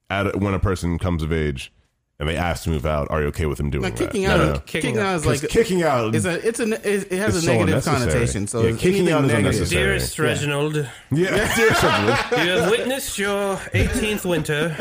at when a person comes of age and they ask to move out are you okay with them doing Like that kicking No, out, no, no. kicking, Kicking out out. is 'Cause like kicking out It's a, it's a, it has It's a so negative unnecessary. connotation. So Yeah, it's kicking anything out is negative. unnecessary. Dearest Reginald, you yeah seriously have witnessed your 18th winter.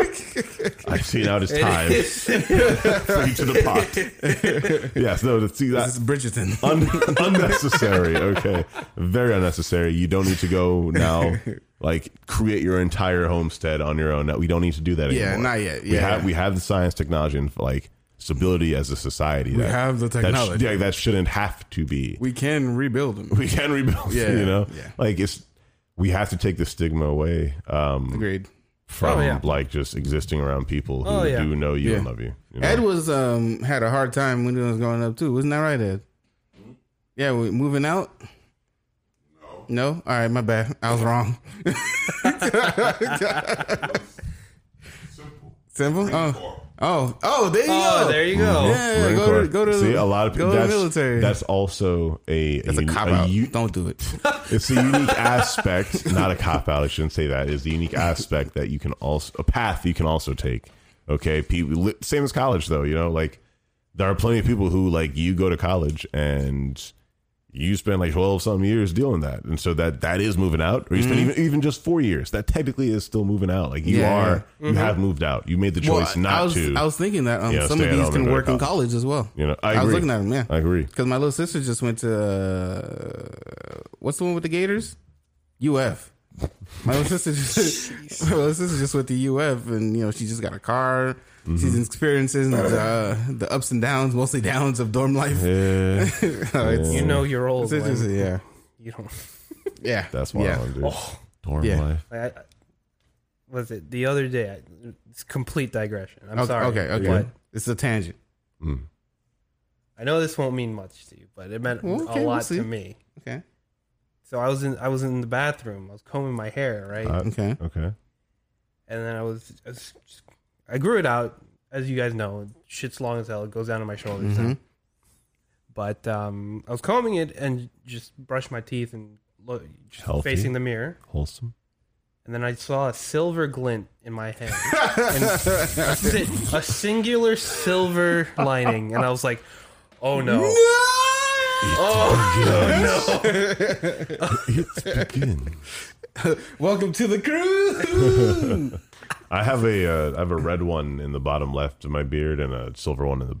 I've seen out his time free to the pot yes no to see that This is Bridgerton. Un- unnecessary. Okay, very unnecessary. You don't need to go now. Like create your entire homestead on your own. We don't need to do that Yeah, anymore. not yet. We Yeah. have we have the science, technology, and like stability as a society. We have the That sh- technology. yeah, that shouldn't have to be. We can rebuild them. We can rebuild. Yeah, you know, yeah. like it's we have to take the stigma away um, Agreed. from Oh, yeah. like just existing around people who Oh, yeah. do know you Yeah. and love you. you know? Ed was um had a hard time when he was growing up too. Wasn't that right, Ed? Yeah, we moving out. No? All right, my bad. I was wrong. Simple? Oh. Oh, oh, there you Oh, go. there you go. Yeah, Marine go to, Corps. go to see the, a lot of go people. to the That's, military. that's also a It's a uni- cop out. u- Don't do it. it's a unique aspect, not a cop out. I shouldn't say that. It's the unique aspect that you can also a path you can also take. Okay, people, li- same as college though. You know, like there are plenty of people who like you go to college and you spend like twelve some years dealing that, and so that that is moving out, or you spend even even just four years. That technically is still moving out. Like you Mm-hmm. Yeah, Mm-hmm. are, you have moved out. You made the Well, choice I- not I was, to. I was thinking that um, Yeah, some stay of at these home can and go to work in college. college as well. you know, I, was agree. looking at them, yeah. I agree. Because my little sister just went to uh, what's the one with the Gators? UF. My little sister just my little sister just went to UF, and you know she just got a car. Mm-hmm. She's experiencing the uh, the ups and downs, mostly downs of dorm life. Oh, Yeah, It's- You know you're old. it's just- when yeah, You don't. yeah, that's why yeah. I want to do Oh. dorm Yeah. life. I, I- was it the other day? I, it's complete digression. I'm okay, sorry. okay, okay. but It's a tangent. Mm. I know this won't mean much to you, but it meant Well, okay, a we'll lot see. to me. Okay, So I was in I was in the bathroom. I was combing my hair, right? Uh, okay. Okay. and then I was, I was just- I grew it out, as you guys know. Shit's long as hell. It goes down to my shoulders. Mm-hmm. now. Mhm. But um, I was combing it and just brushed my teeth and look, just Healthy. facing the mirror. Wholesome. And then I saw a silver glint in my hair, and that's it. a singular silver lining. And I was like, "Oh no! Oh no! It's begin. Welcome to the crew. I have a uh, I have a red one in the bottom left of my beard and a silver one in the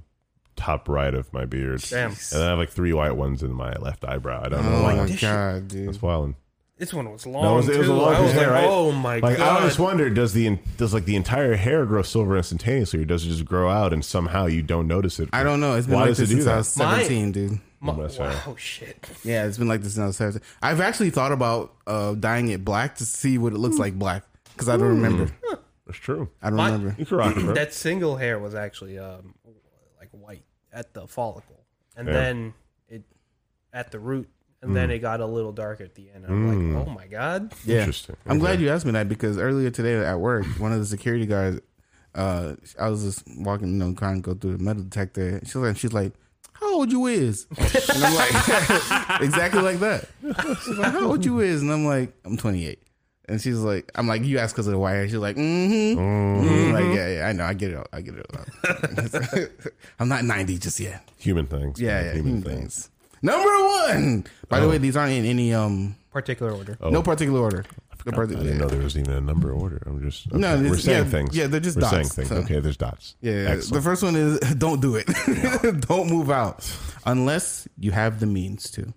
top right of my beard. Damn. And then I have like three white ones in my left eyebrow. I don't know oh why. my this shit- god, dude! It's wilding. This one was long No, it was, it was a too. long I was hair, like, right? "Oh my like, I god!" always wonder does the en- does like the entire hair grow silver instantaneously, or does it just grow out and somehow you don't notice it? I don't know. It's been Why like does it this do since I that? was Mine- seventeen, dude. Ma- That's right. wow, shit. Yeah, it's been like this since I was 17. I've actually thought about uh, dyeing it black to see what it Hmm. looks like black because I don't remember. It's true. I don't My- remember. You can rock it, bro. that single hair was actually um, like white at the follicle, and Yeah. then it at the root, and then Mm. it got a little dark at the end. I'm like, oh my god, Yeah. Interesting. I'm glad you asked me that because earlier today at work, one of the security guards, uh, I was just walking, you know, trying to go through the metal detector. She's like, she's like, how old you is? And I'm like, exactly like that. She's like, how old you is? And I'm like, I'm 28. And she's like, I'm like, you asked because of the white hair. She's like, mm-hmm. I'm Like, yeah, yeah, I know, I get it, all, I get it. All. I'm not 90 just yet. Human things. Yeah, yeah, Human human things. things. Number one. By the way, these aren't in any um particular order. Oh. no particular order. No I particular. didn't know there was even a number order. I'm just okay. No, we're it's- saying yeah, things. yeah, they're just we're saying dots, things. so- Okay, there's dots. Yeah, the Excellent. first one is don't do it. don't move out unless you have the means to.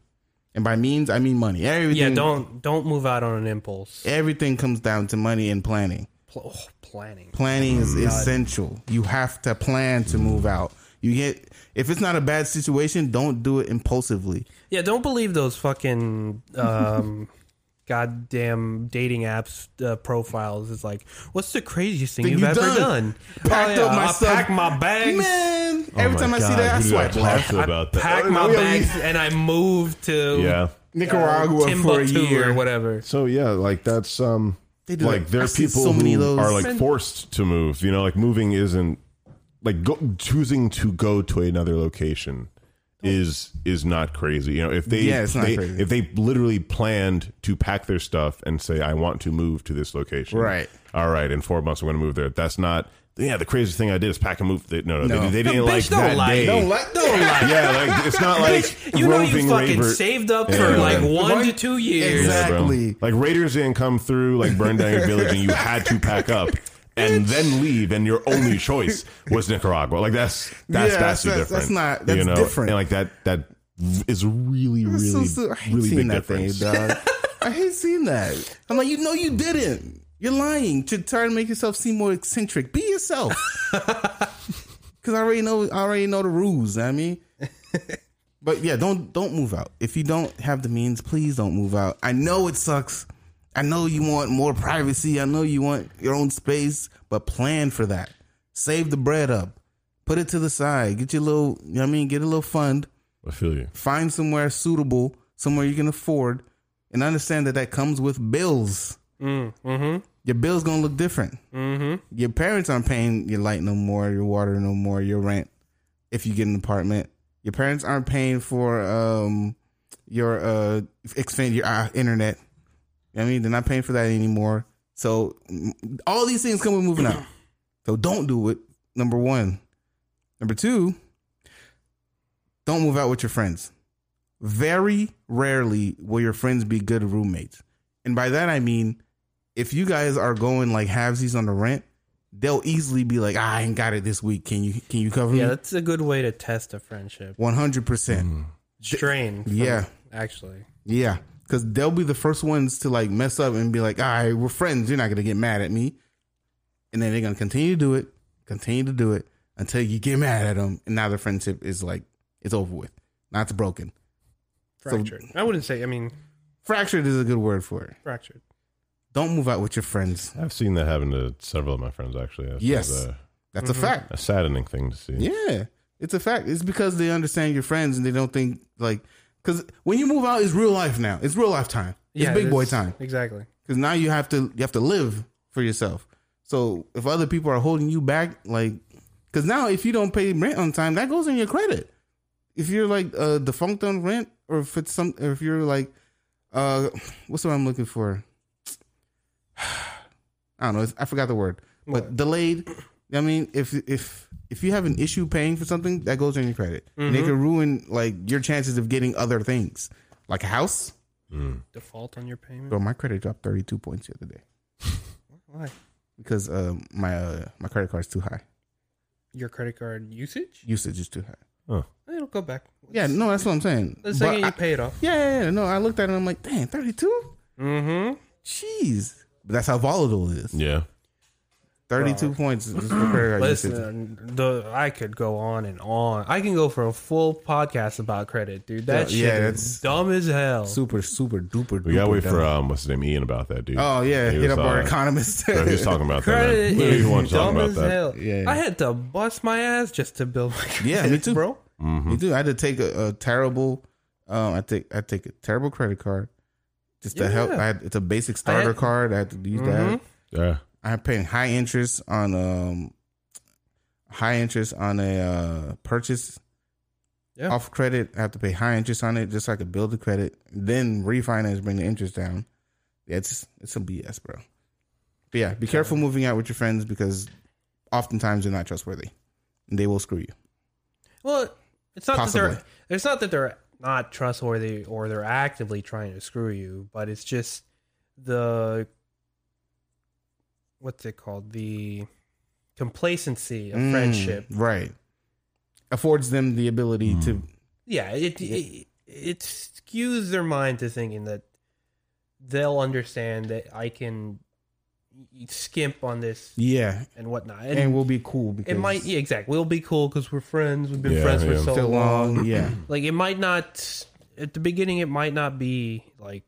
And by means, I mean money. Yeah, Everything. don't don't move out on an impulse. Everything comes down to money and planning. Pl- oh, planning. Planning is Mm, essential. You have to plan to move out. You get if it's not a bad situation, don't do it impulsively. Yeah, don't believe those fucking um, goddamn dating apps uh, profiles. It's like, what's the craziest thing Thing you've you ever done? done? Packed Oh, yeah, up my I stuff. packed my bags. Man, Oh, Oh every my time I see God, that, I who did swipe talk left. to about that. Packed my bags and I moved to Yeah. Nicaragua for a Timbuktu year. or whatever. So yeah, like that's um They do like that. there I are see people so many of who those. are like forced to move. You know, like moving isn't like go, choosing to go to another location is is not crazy. You know, if they, Yeah, it's not they- crazy. if they literally planned to pack their stuff and say I want to move to this location. Right. All right, in 4 months I'm going to move there. That's not yeah, the craziest thing I did is pack and move. They, no, no, No. They, they No, didn't bitch, like don't that lie. day. Don't lie. Don't lie. Yeah, like it's not like You know you roving fucking raver- saved up Yeah. for like Right. one to two years. Exactly. Yeah, bro. Like Raiders didn't come through, like burn down your village, and you had to pack up and then leave, and your only choice was Nicaragua. Like that's that's Yeah, that's- that's, different. that's not- that's different. And like that that is really It's really so, so, I hate really seeing big that thing, difference. dog. I hate seeing that. I'm like, you know, you didn't. You're lying to try to make yourself seem more eccentric. Be yourself. Because I already know, I already know the rules. I mean, but yeah, don't don't move out. If you don't have the means, please don't move out. I know it sucks. I know you want more privacy. I know you want your own space, but plan for that. Save the bread up. Put it to the side. Get your little, you know what I mean, get a little fund I feel you. find somewhere suitable, somewhere you can afford, and understand that that comes with bills. mm, mm-hmm, Your bills gonna look different. Your parents aren't paying your light no more, your water no more, your rent. If you get an apartment, your parents aren't paying for um your uh expand your uh, internet. You know what I mean, they're not paying for that anymore. So mm, all these things come with moving out. So don't do it. Number one. Number two. Don't move out with your friends very rarely will your friends be good roommates. And by that I mean if you guys are going like halvesies on the rent, they'll easily be like, ah, I ain't got it this week. Can you can you cover Yeah, me? that's a good way to test a friendship. One hundred percent. Strain. from- Yeah. Actually. Yeah. Cause they'll be the first ones to like mess up and be like, all right, we're friends. You're not gonna get mad at me. And then they're gonna continue to do it, continue to do it until you get mad at them. And now the friendship is like it's over with. Not it's broken. Fractured. I wouldn't say, I mean, Fractured is a good word for it. fractured. Don't move out with your friends. I've seen that happen to several of my friends actually. That's Yes. a, That's a fact. a saddening thing to see. Yeah, it's a fact. It's because they understand your friends and they don't think like because when you move out, it's real life now. It's real life time. It's Yeah, big boy that's- time Exactly. because now you have to you have to live for yourself. So if other people are holding you back, like because now if you don't pay rent on time, that goes in your credit. If you're like uh, defunct on rent, or if it's some, or if you're like, uh, what's the word I'm looking for? I don't know. It's, I forgot the word, but delayed. I mean, if if if you have an issue paying for something, that goes in your credit, and it can ruin like your chances of getting other things, like a house. Default on your payment. Bro, my credit dropped 32 points the other day Why? because uh, my uh, my credit card's too high. Your credit card usage? Usage is too high. It'll go back. Yeah, no, that's what I'm saying. The But second I- you pay it off. yeah, yeah, yeah, no, I looked at it. and I'm like, damn, 32. Mm-hmm. Jeez, but that's how volatile it is. Yeah. 32 points is just for credit card usage. Listen, the I could go on and on. I can go for a full podcast about credit, dude. That Yeah, shit yeah, is dumb as hell. Super, super duper. We gotta duper wait for dumb. um what's his name Ian about that dude. Oh yeah, He hit was, up our uh, economist. bro, he was talking about that. Credit Man. Literally, is he wanted to talk dumb about as that. hell. Yeah, yeah. I had to bust my ass just to build my credit, Yeah, me too. bro. Mm-hmm. hmm. You do. I had to take a, a terrible. Um, I take I take a terrible credit card just to help. Yeah. I had, it's a basic starter had- Mm-hmm. card. I had to use that. Yeah. I'm paying high interest on um high interest on a uh, purchase Yeah. off credit. I have to pay high interest on it just so I could build the credit, then refinance, bring the interest down. Yeah, it's it's some BS, bro. But yeah, be careful moving out with your friends because oftentimes they're not trustworthy. And they will screw you. Well, it's not that Possibly. they're it's not that they're not trustworthy or they're actively trying to screw you, but it's just the what's it called? The complacency of Mm, friendship. right? Affords them the ability to Yeah, it, it it skews their mind to thinking that they'll understand that I can skimp on this yeah, and whatnot. and, And, we'll be cool because it might, yeah, exactly. We'll be cool because we're friends. We've been Yeah, friends for yeah. so so long. long. Yeah, Like it might not at the beginning. It might not be like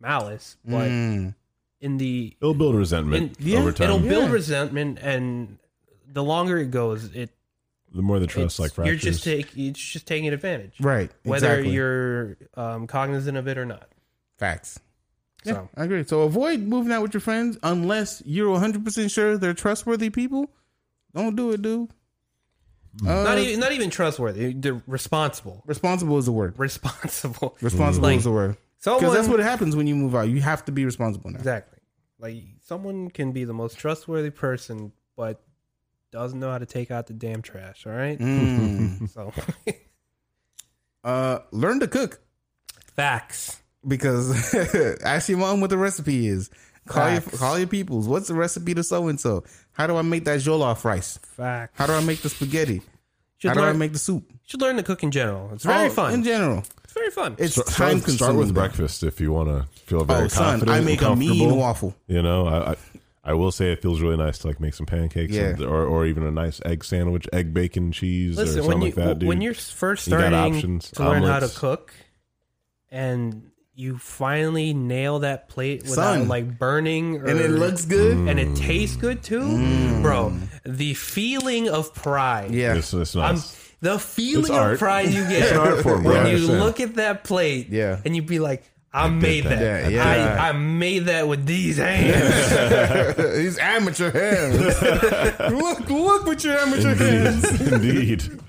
malice, but Mm. in the It'll build resentment in, over time. it'll build Yeah. resentment, and the longer it goes, it the more the trust it's, like you're fractures. just take it's just taking advantage, right. whether exactly. you're um, cognizant of it or not. facts. So Yeah, I agree. So avoid moving out with your friends unless you're 100 percent sure they're trustworthy people. Don't do it, dude. Mm. Uh, not even not even trustworthy. They're responsible, responsible is the word. responsible. Responsible Like, is the word because Someone that's what happens when you move out. You have to be responsible now. exactly. Like someone can be the most trustworthy person, but doesn't know how to take out the damn trash. All right, Mm. so uh, learn to cook. facts. because ask your mom what the recipe is. Call Facts. your call your peoples. What's the recipe to so and so? How do I make that jollof rice? Facts. How do I make the spaghetti? should How do I learn, make the soup? should learn to cook in general. It's very All- fun. in general. it's very fun. It's Start- time start, consuming. start with breakfast if you want to feel very Oh, son, confident. I and make a mean comfortable. waffle. You know, I, I I will say it feels really nice to like make some pancakes Yeah. and- or or even a nice egg sandwich, egg bacon cheese or Listen, something when you like that, dude. when you're first You got starting options, to learn how to omelets. cook, and you finally nail that plate without Son. like burning, or, And it looks good. Mm-hmm. and it tastes good too, bro. The feeling of pride. Yeah. it's, it's I'm nice. the feeling It's of art. pride you get an art form, bro. when I you understand. look at that plate, Yeah. and you be like, I, made that. that, yeah. I, I made that with these hands. These amateur hands. look, look with your amateur hands. Indeed. Indeed.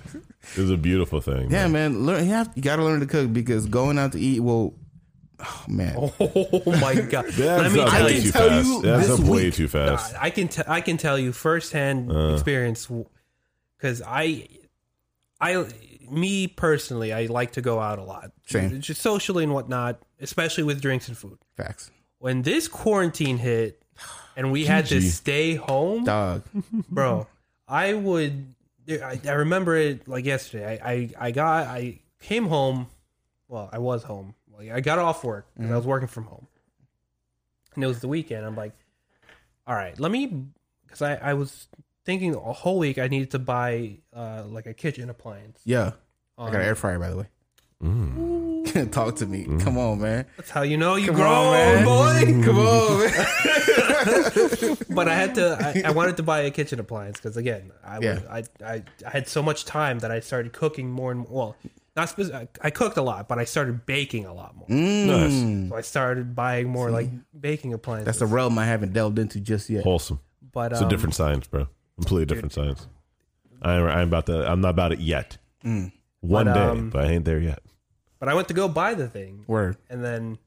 It was a beautiful thing. Yeah, man. Learn, you, have, you gotta learn to cook because going out to eat will. Oh man, oh my god! Let That's me up tell way you, too tell fast. you That's this up way week- too fast. I can t- I can tell you firsthand experience because I I me personally I like to go out a lot, Same. just socially and whatnot, especially with drinks and food. facts, When this quarantine hit and we had to stay home, dog. bro i would I, I remember it like yesterday I, I i got i came home well i was home like i got off work because Mm-hmm. i was working from home and it was the weekend i'm like all right let me because I, I was thinking a whole week i needed to buy uh like a kitchen appliance Yeah, I got an air fryer by the way. Mm. Talk to me. Come on, man. that's how you know you Come grown on, boy man. Come on, man. but I had to. I, I wanted to buy a kitchen appliance because again, I, was- I I I had so much time that I started cooking more and more. Well, not spec- I- I cooked a lot, but I started baking a lot more. nice. So I started buying more like baking appliances. Mm. That's a realm I haven't delved into just yet. Wholesome. but It's um, a different science, bro. Completely different science. I, I'm about to. I'm not about it yet. One But, day, um, but I ain't there yet. But I went to go buy the thing, Word. and then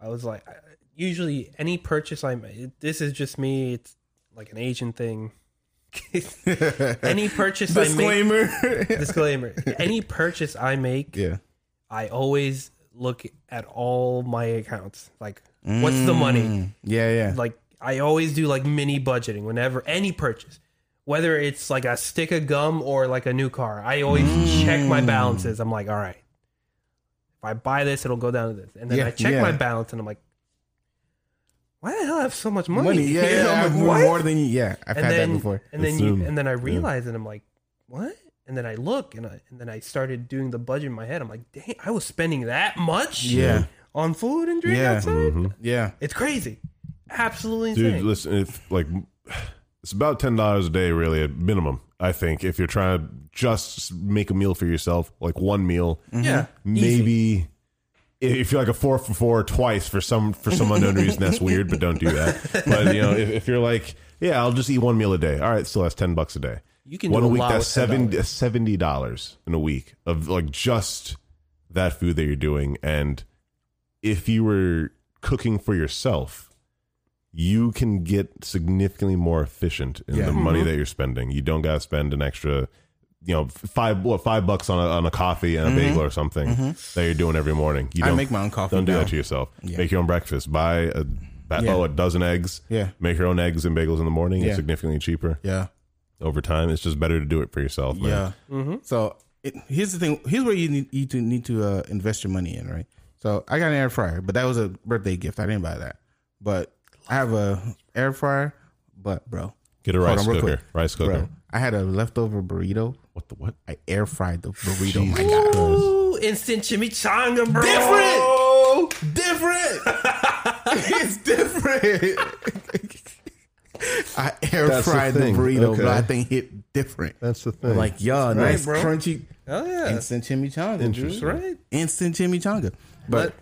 I was like, I- usually any purchase I make, this is just me. It's like an Asian thing. any purchase I make, disclaimer. Any purchase I make, yeah. I always look at all my accounts. Like, what's the money? Mm. Yeah, yeah. Like, I always do like mini budgeting whenever any purchase, whether it's like a stick of gum or like a new car. I always check my Mm. balances. I'm like, all right, if I buy this, it'll go down to this. And then Yeah, I check yeah. my balance and I'm like, why the hell I have so much money? money. Yeah, yeah. I'm I've like, moved what? more than you. Yeah, I've and had then, that before. And then It's you, Zoom. and then I Yeah. realized, and I'm like, what? And then I look, and I, and then I started doing the budget in my head. I'm like, dang, I was spending that much, Yeah. on food and drink Yeah. Mm-hmm. outside. Yeah. It's crazy, absolutely dude insane. listen if like it's about ten dollars a day really at minimum i think if you're trying to just make a meal for yourself like one meal Mm-hmm. Yeah, maybe if you're like a four for four twice for some for some unknown reason that's weird but don't do that but you know if, if you're like yeah i'll just eat one meal a day all right still that's 10 bucks a day You can one do a week lot that's with $10. 70 70 dollars in a week of like just that food that you're doing and if you were cooking for yourself you can get significantly more efficient in Yeah. the money Mm-hmm. that you're spending you don't gotta spend an extra you know five what five bucks on a, on a coffee and a bagel or something that you're doing every morning you Mm-hmm. I don't make my own coffee. don't do now. that to yourself make your own breakfast buy a ba- Yeah. oh a dozen eggs Yeah. make your own eggs and bagels in the morning Yeah. it's significantly cheaper Yeah. over time it's just better to do it for yourself man. Yeah. Mm-hmm. So it, here's the thing. Here's where you need you to need to uh, invest your money in, right? So I got an air fryer, but that was a birthday gift. I didn't buy that, but I have a air fryer. But bro, Get a Hold rice on, real cooker. quick. Rice cooker. bro, I had a leftover burrito. What the what? I air fried the burrito. My Jesus God. Christ. Ooh, instant chimichanga, bro. Oh, Different, different. it's different. I air That's the fried the, thing. burrito, Okay. bro. I think hit different. That's the thing. Like, yeah, nice bro. crunchy Oh yeah, instant chimichanga. Dude. Interesting. right. Instant chimichanga. But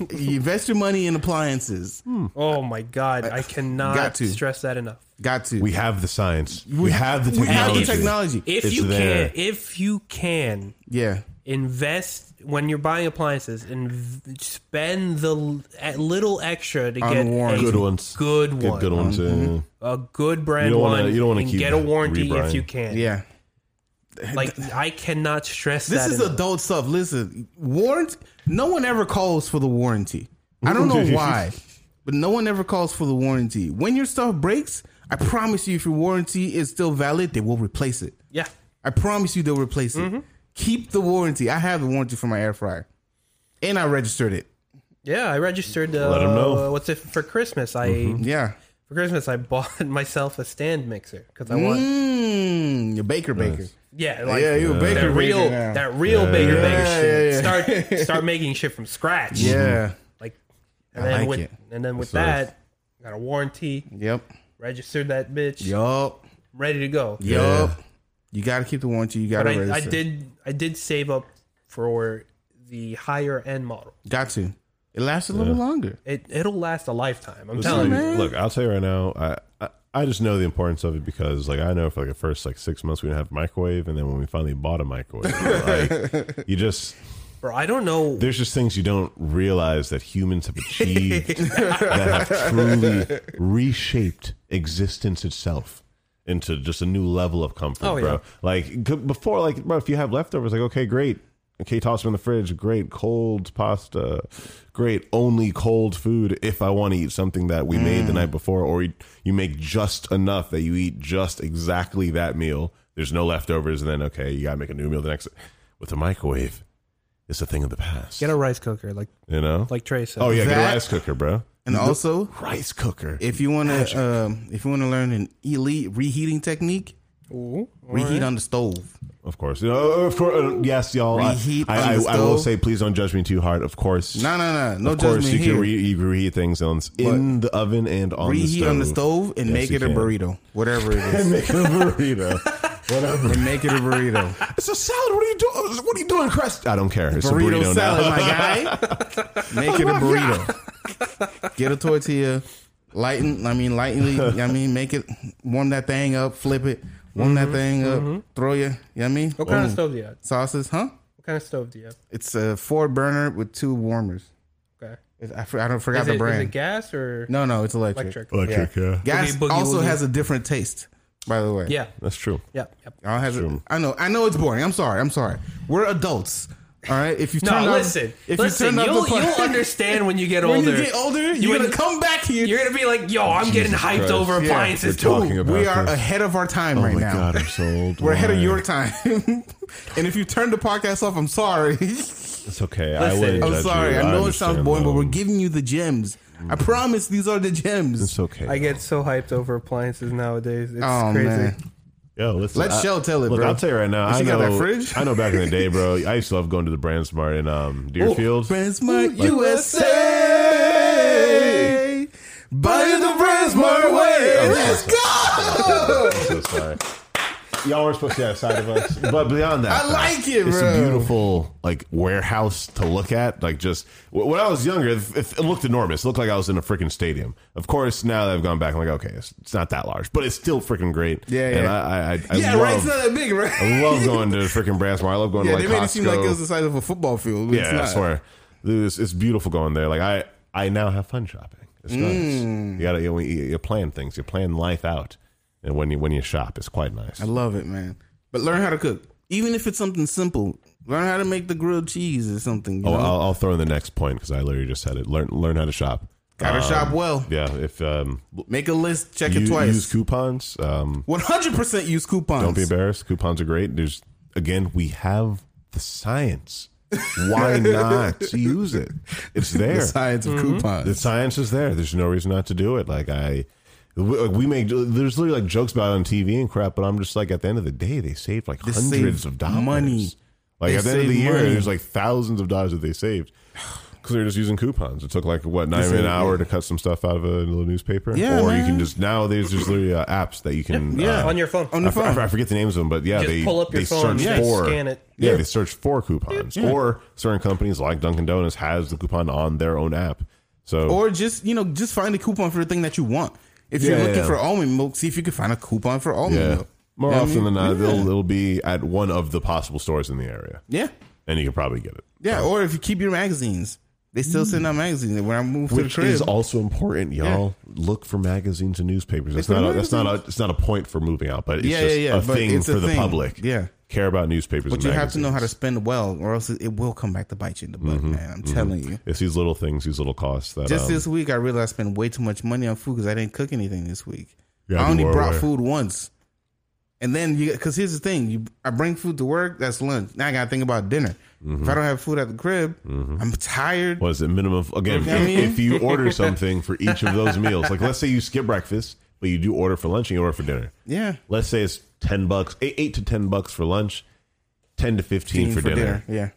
you invest your money in appliances. Hmm. Oh my god, I cannot Got to. stress that enough. Got to. We have the science. We, have the We technology. have the technology. If It's you there. can, if you can, yeah. invest when you're buying appliances and v- spend the l- a little extra to get warranty. a Good ones. good Get one, good ones. Mm-hmm. yeah. a good brand You don't wanna- one. you don't wanna and keep get a warranty rebuying. if you can. Yeah. like I cannot stress This that. is enough. adult stuff. Listen, warrant. No one ever calls for the warranty. I don't know why, but no one ever calls for the warranty. When your stuff breaks, I promise you, if your warranty is still valid, they will replace it. yeah. I promise you, they'll replace Mm-hmm. it. Keep the warranty. I have the warranty for my air fryer, and I registered it. Yeah, I registered. Uh, Let 'em know. Mm-hmm. what's it for Christmas. I Yeah. for Christmas I bought myself a stand mixer because I want. Mm, your baker baker. Yeah, like yeah, you a baker that real baker now. that real baker baker yeah, shit. yeah, Start start making shit from scratch. yeah. like and then like with it. and then with That's that got a warranty. Yep. registered that bitch, Yup. ready to go. Yup. Yeah. You got to keep the warranty. You got But to I, I register. did I did save up for the higher end model. Got to. It lasts a little longer. It it'll last a lifetime. I'm Listen, telling you. man. Look, I'll tell you right now. I, I I just know the importance of it because, like, I know for like the first like six months we didn't have a microwave, and then when we finally bought a microwave, like, you just Bro, I don't know. there's just things you don't realize that humans have achieved that have truly reshaped existence itself into just a new level of comfort, Oh, yeah. bro. Like c- before, like bro, if you have leftovers, like okay, great. Okay, toss them in the fridge. Great cold pasta. Great only cold food if I want to eat something that we made the Mm. night before, or you- you make just enough that you eat just exactly that meal. There's no leftovers, and then okay, you gotta make a new meal the next. With a microwave, it's a thing of the past. Get a rice cooker, like you know, like Trey said. oh yeah, get a That- rice cooker, bro. And also, Rice cooker. if you want to, um, if you want to learn an elite reheating technique, Ooh, all reheat right. on the stove. Of course. You know, of course uh, yes, y'all. I, Reheat I, on I, the I will stove. say, please don't judge me too hard. Of course. No, no, no, no of course, you judgment here. can, re- you can reheat things on, in the oven and on the reheat stove. on the stove and Yes, make you it a can. burrito, whatever it is. And make it a burrito. Whatever. and make it a burrito. It's a salad. What are you doing? What are you doing, Crest? I don't care. It's a burrito, burrito salad, now. my guy. Make it a burrito. Get a tortilla, lighten. I mean, lightly. I mean, make it warm that thing up, flip it, warm that thing up, throw you. You know what I mean? Mm-hmm, What kind of stove do you have? Sauces, huh? What kind of stove do you have? It's a four burner with two warmers. Okay. It's, I, for- I don't forgot Is the it, is brand. it gas or no, no, it's electric. electric? Electric, yeah. Gas Boogie, boogie, also woogie. has a different taste. By the way, Yeah. That's true. Yeah. Yep. Y'all has True. I know. I know it's boring. I'm sorry. I'm sorry. We're adults. All right. If you No, turn listen. Up, if listen, you turn you will up the you'll podcast- understand when you get older. when you get older, you're, You gonna would- come back here. You're gonna be like, yo, I'm getting hyped Christ. over Yeah. appliances We're too. talking about we are this. ahead of our time Oh right my now. god, I'm so old. We're ahead of Why? your time. and if you turn the podcast off, I'm sorry. It's okay. I Listen, wouldn't I'm judge sorry. you. I know it sounds understand, boring, but though. we're giving you the gems. I promise these are the gems. It's okay. I get so hyped over appliances nowadays. It's Oh crazy. man. Yo, listen, Let Shell tell it, Look, bro. I'll tell you right now. I she know got that fridge? Oh, I know back in the day, bro. I used to love going to the Brand Smart in um, Deerfield. Brandsmart Like- USA. Buy the Brandsmart way. Let's go. I'm so sorry. Y'all were supposed to be outside of us, but beyond that, I like it, It's bro. a beautiful like warehouse to look at. Like just wh- when I was younger, if, if it looked enormous. It looked like I was in a freaking stadium. Of course, now that I've gone back, I'm like, okay, it's, it's not that large, but it's still freaking great. Yeah, And yeah. I, I, I, I Yeah, love, right. It's not that big, right? I love going to freaking Brand Smart. I love going yeah, to like they made Costco. it seem like it was the size of a football field. but Yeah, it's not. I swear. Dude, It's, it's beautiful going there. Like I, I now have fun shopping. It's Mm. nice. You gotta you, you, you plan things. You plan life out, and when you when you shop, it's quite nice. I love it, man. But learn how to cook, even if it's something simple. Learn how to make the grilled cheese or something. You Oh, know? I'll, I'll throw in the next point because I literally just said it. Learn learn how to shop. Um, Gotta shop well. uh, Yeah, if um, Make a list, check you it twice. use coupons, um, One hundred percent use coupons. don't be embarrassed. Coupons are great. There's again, we have the science. Why not use it? It's there. the science of coupons. the science is there. There's no reason not to do it. Like I, we, like we make there's literally like jokes about it on TV and crap. But I'm just like at the end of the day, they saved like saved hundreds of dollars. money. Like They at the end of the saved year, money. there's like thousands of dollars that they saved because they're just using coupons. It took like what not even an saved- hour to cut some stuff out of a little newspaper. Yeah, or you man. can just nowadays there's literally uh, apps that you can Yeah. Oh, uh, On your phone. On the I f- I f- phone. I forget the names of them, but yeah, Just they pull up your they phone, search yeah, for scan it. Yeah, they search for coupons, or certain companies like Dunkin' Donuts has the coupon on their own app. So or just you know, just find a coupon for the thing that you want. If you're Yeah, looking yeah. for almond milk, see if you can find a coupon for almond yeah, milk. more You know what I often mean? than not, it'll, it'll be at one of the possible stores in the area, Yeah, and you can probably get it. yeah. Or if you keep your magazines, they still send out magazines. When I move to the Which crib, is also important, y'all. Look for magazines and newspapers. That's Look for not a, that's not a it's not a point for moving out, but it's Yeah, just yeah, yeah, a but thing it's a for the thing. public. Yeah. care about newspapers. but and you have to know how to magazines. Mm-hmm. spend well, or else it it will come back to bite you in the butt, man. I'm telling you. It's these little things, these little costs that Just um, this week, I realized I spent way too much money on food because I didn't cook anything this week. Yeah, I you only were brought aware. food once, and then you because here's the thing: you I bring food to work, that's lunch. Now I got to think about dinner. If I don't have food at the crib, I'm tired. Mm-hmm. What is it? Minimum again. Okay. If, if you order something for each of those meals, like let's say you skip breakfast, but you do order for lunch and you order for dinner. Yeah, Let's say it's ten bucks, eight, eight to ten bucks for lunch, ten to fifteen, Eating for, dinner. Yeah,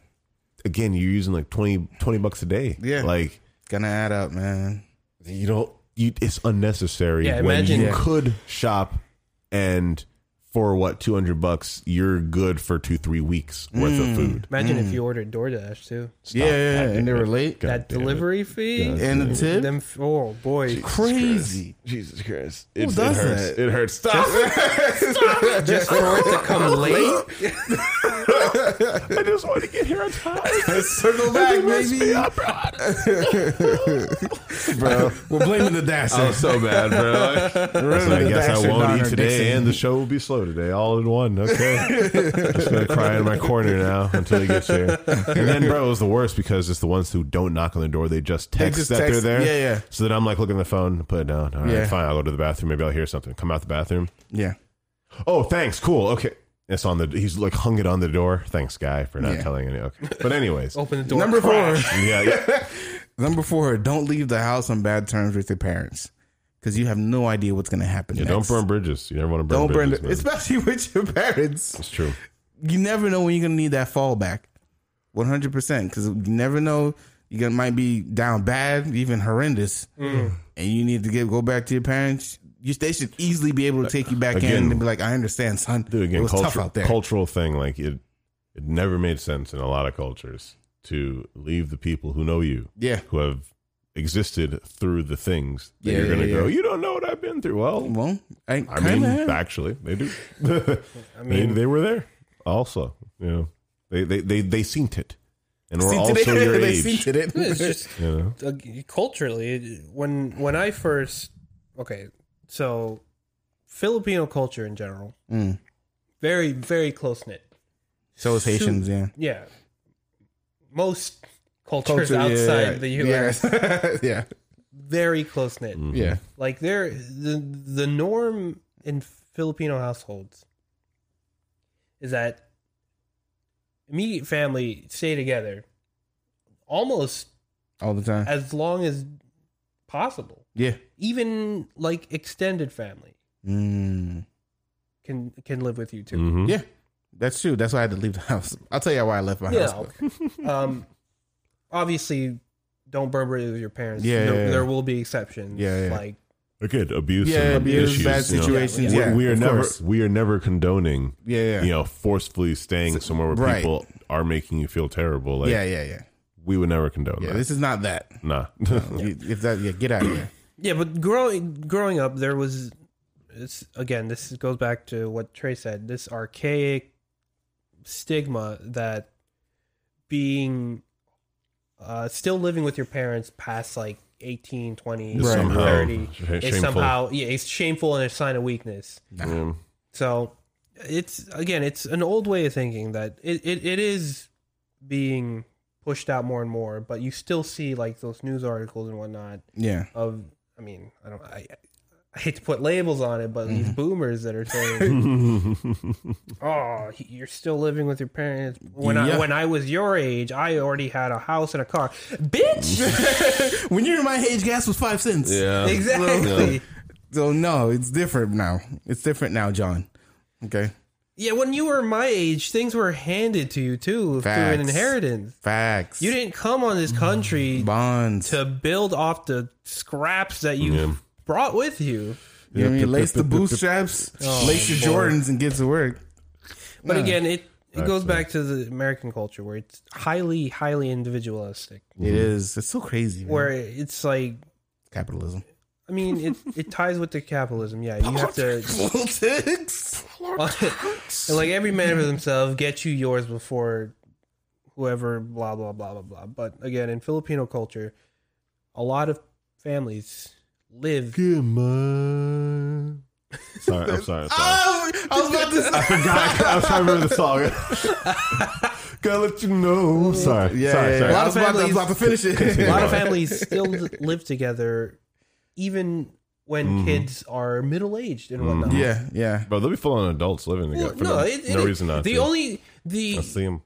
Again, you're using like 20, 20 bucks a day. Yeah. like gonna add up, man. you don't. You, it's unnecessary Yeah, when imagine- you Yeah. could shop and for what two hundred bucks, you're good for two three weeks worth of food. Imagine Mm. if you ordered DoorDash too. Stop Yeah, yeah, that. and they were late. God that damn it. delivery fee. And the tip? Them, oh boy. Crazy. Jesus Christ! It, does it hurts. that? It hurts. Stop. Just for it to come late. I just want to get here on time. Circle back, baby. bro. We're blaming the I'm dasher. Oh, so bad, bro. So I the guess I Dasher won't Donner eat today, Dixon. and the show will be slow today, all in one. Okay, just gonna cry in my corner now until he gets here. And then, bro, it was the worst because it's the ones who don't knock on the door; they just text just that text. they're there. Yeah, yeah. So then I'm like looking at the phone, put it down. All right, Yeah. fine. I'll go to the bathroom. Maybe I'll hear something. Come out the bathroom. yeah. Oh, thanks. Cool. Okay. It's on the. He's like hung it on the door. Thanks, guy, for not Yeah. Oh. telling any. Okay. But anyways, Open the door. Number four. yeah, yeah. Number four, don't leave the house on bad terms with your parents because you have no idea what's going to happen. yeah next. don't burn bridges. You never want to burn. Don't burn, bridges, man. especially with your parents. It's true. You never know when you're going to need that fallback. 100% because you never know. You gonna- might be down bad, even horrendous, Mm. and you need to get, go back to your parents. You, they should easily be able to take you back Again. in and be like, I understand, son. Dude, again, it was culture, tough out there. cultural thing. Like it, it never made sense in a lot of cultures to leave the people who know you, Yeah. who have existed through the things that Yeah, you're going to yeah, go. yeah. You don't know what I've been through. Well, Well, I, I kind mean, of. actually, they do. I mean, mean- they, were there also. You know, they they they, they seen it, and we're Seen also today. your They age. seen today. It's just You know, uh, culturally it- when when I first okay, so Filipino culture in general, Mm. very very close knit. So is Haitians, yeah. Yeah, most cultures Culture, yeah, outside yeah, the yeah. U.S. Yes. yeah. very close knit. Mm-hmm. Yeah. Like there, the the norm in Filipino households is that immediate family stay together almost All the time. as long as possible. Yeah. Even like extended family Mm. can can live with you too. Mhm. Yeah. That's true. That's why I had to leave the house. I'll tell you why I left my Yeah. house. but- um, obviously, don't burn bridges with your parents. Yeah, there, yeah, yeah. there will be exceptions. Yeah, yeah. Like Again, abuse, Yeah, and abuse, issues, bad you know. situations. We- Yeah, we are of never course. we are never condoning Yeah, yeah. you know, forcefully staying somewhere where right. people are making you feel terrible. Like yeah, yeah, yeah. we would never condone Yeah, that. this is not that. nah. You- If that, yeah, get out of here. yeah, but growing growing up, there was it's again. This goes back to what Trey said. This archaic stigma that being uh, still living with your parents past like 18, 20, It's somehow 30 is sh- shameful. Mm. somehow yeah, it's shameful and a sign of weakness. Yeah. So it's again, it's an old way of thinking that it, it, it is being pushed out more and more, but you still see like those news articles and whatnot Yeah. of I mean, I don't I I hate to put labels on it, but these boomers that are saying, "Oh, he- you're still living with your parents." When Yeah. I when I was your age, I already had a house and a car, bitch. when you're my age, gas was five cents. Yeah. exactly. Yeah. So no, it's different now. It's different now, John. Okay. when you were my age, things were handed to you too through an Facts. inheritance. Facts. You didn't come on this country Mm. bonds. to build off the scraps that you Yeah. brought with you. You know what I mean? Lace the bootstraps, lace your Jordans, and get to work. But again, it, it goes back to the American culture where it's highly, highly individualistic. It is. It's so crazy. man. Where it's like, capitalism? I mean, it, it ties with the capitalism. Yeah, you have to, Politics. and like every man for themselves, get you yours before whoever, blah, blah, blah, blah, blah. But again, in Filipino culture, a lot of families live. Get mine. Sorry, I'm sorry. I'm sorry. Oh, I was about to say. God, I'm trying to remember the song. Gotta let you know. Sorry. Yeah, sorry, yeah, sorry. yeah. I, Lot was of about to, I was about to finish A it. lot of families still live together, even when kids are middle aged and whatnot. yeah, yeah. Bro, they'll be full on adults living Well, together. for no, no, it, it no is- reason not the to. only the I see them.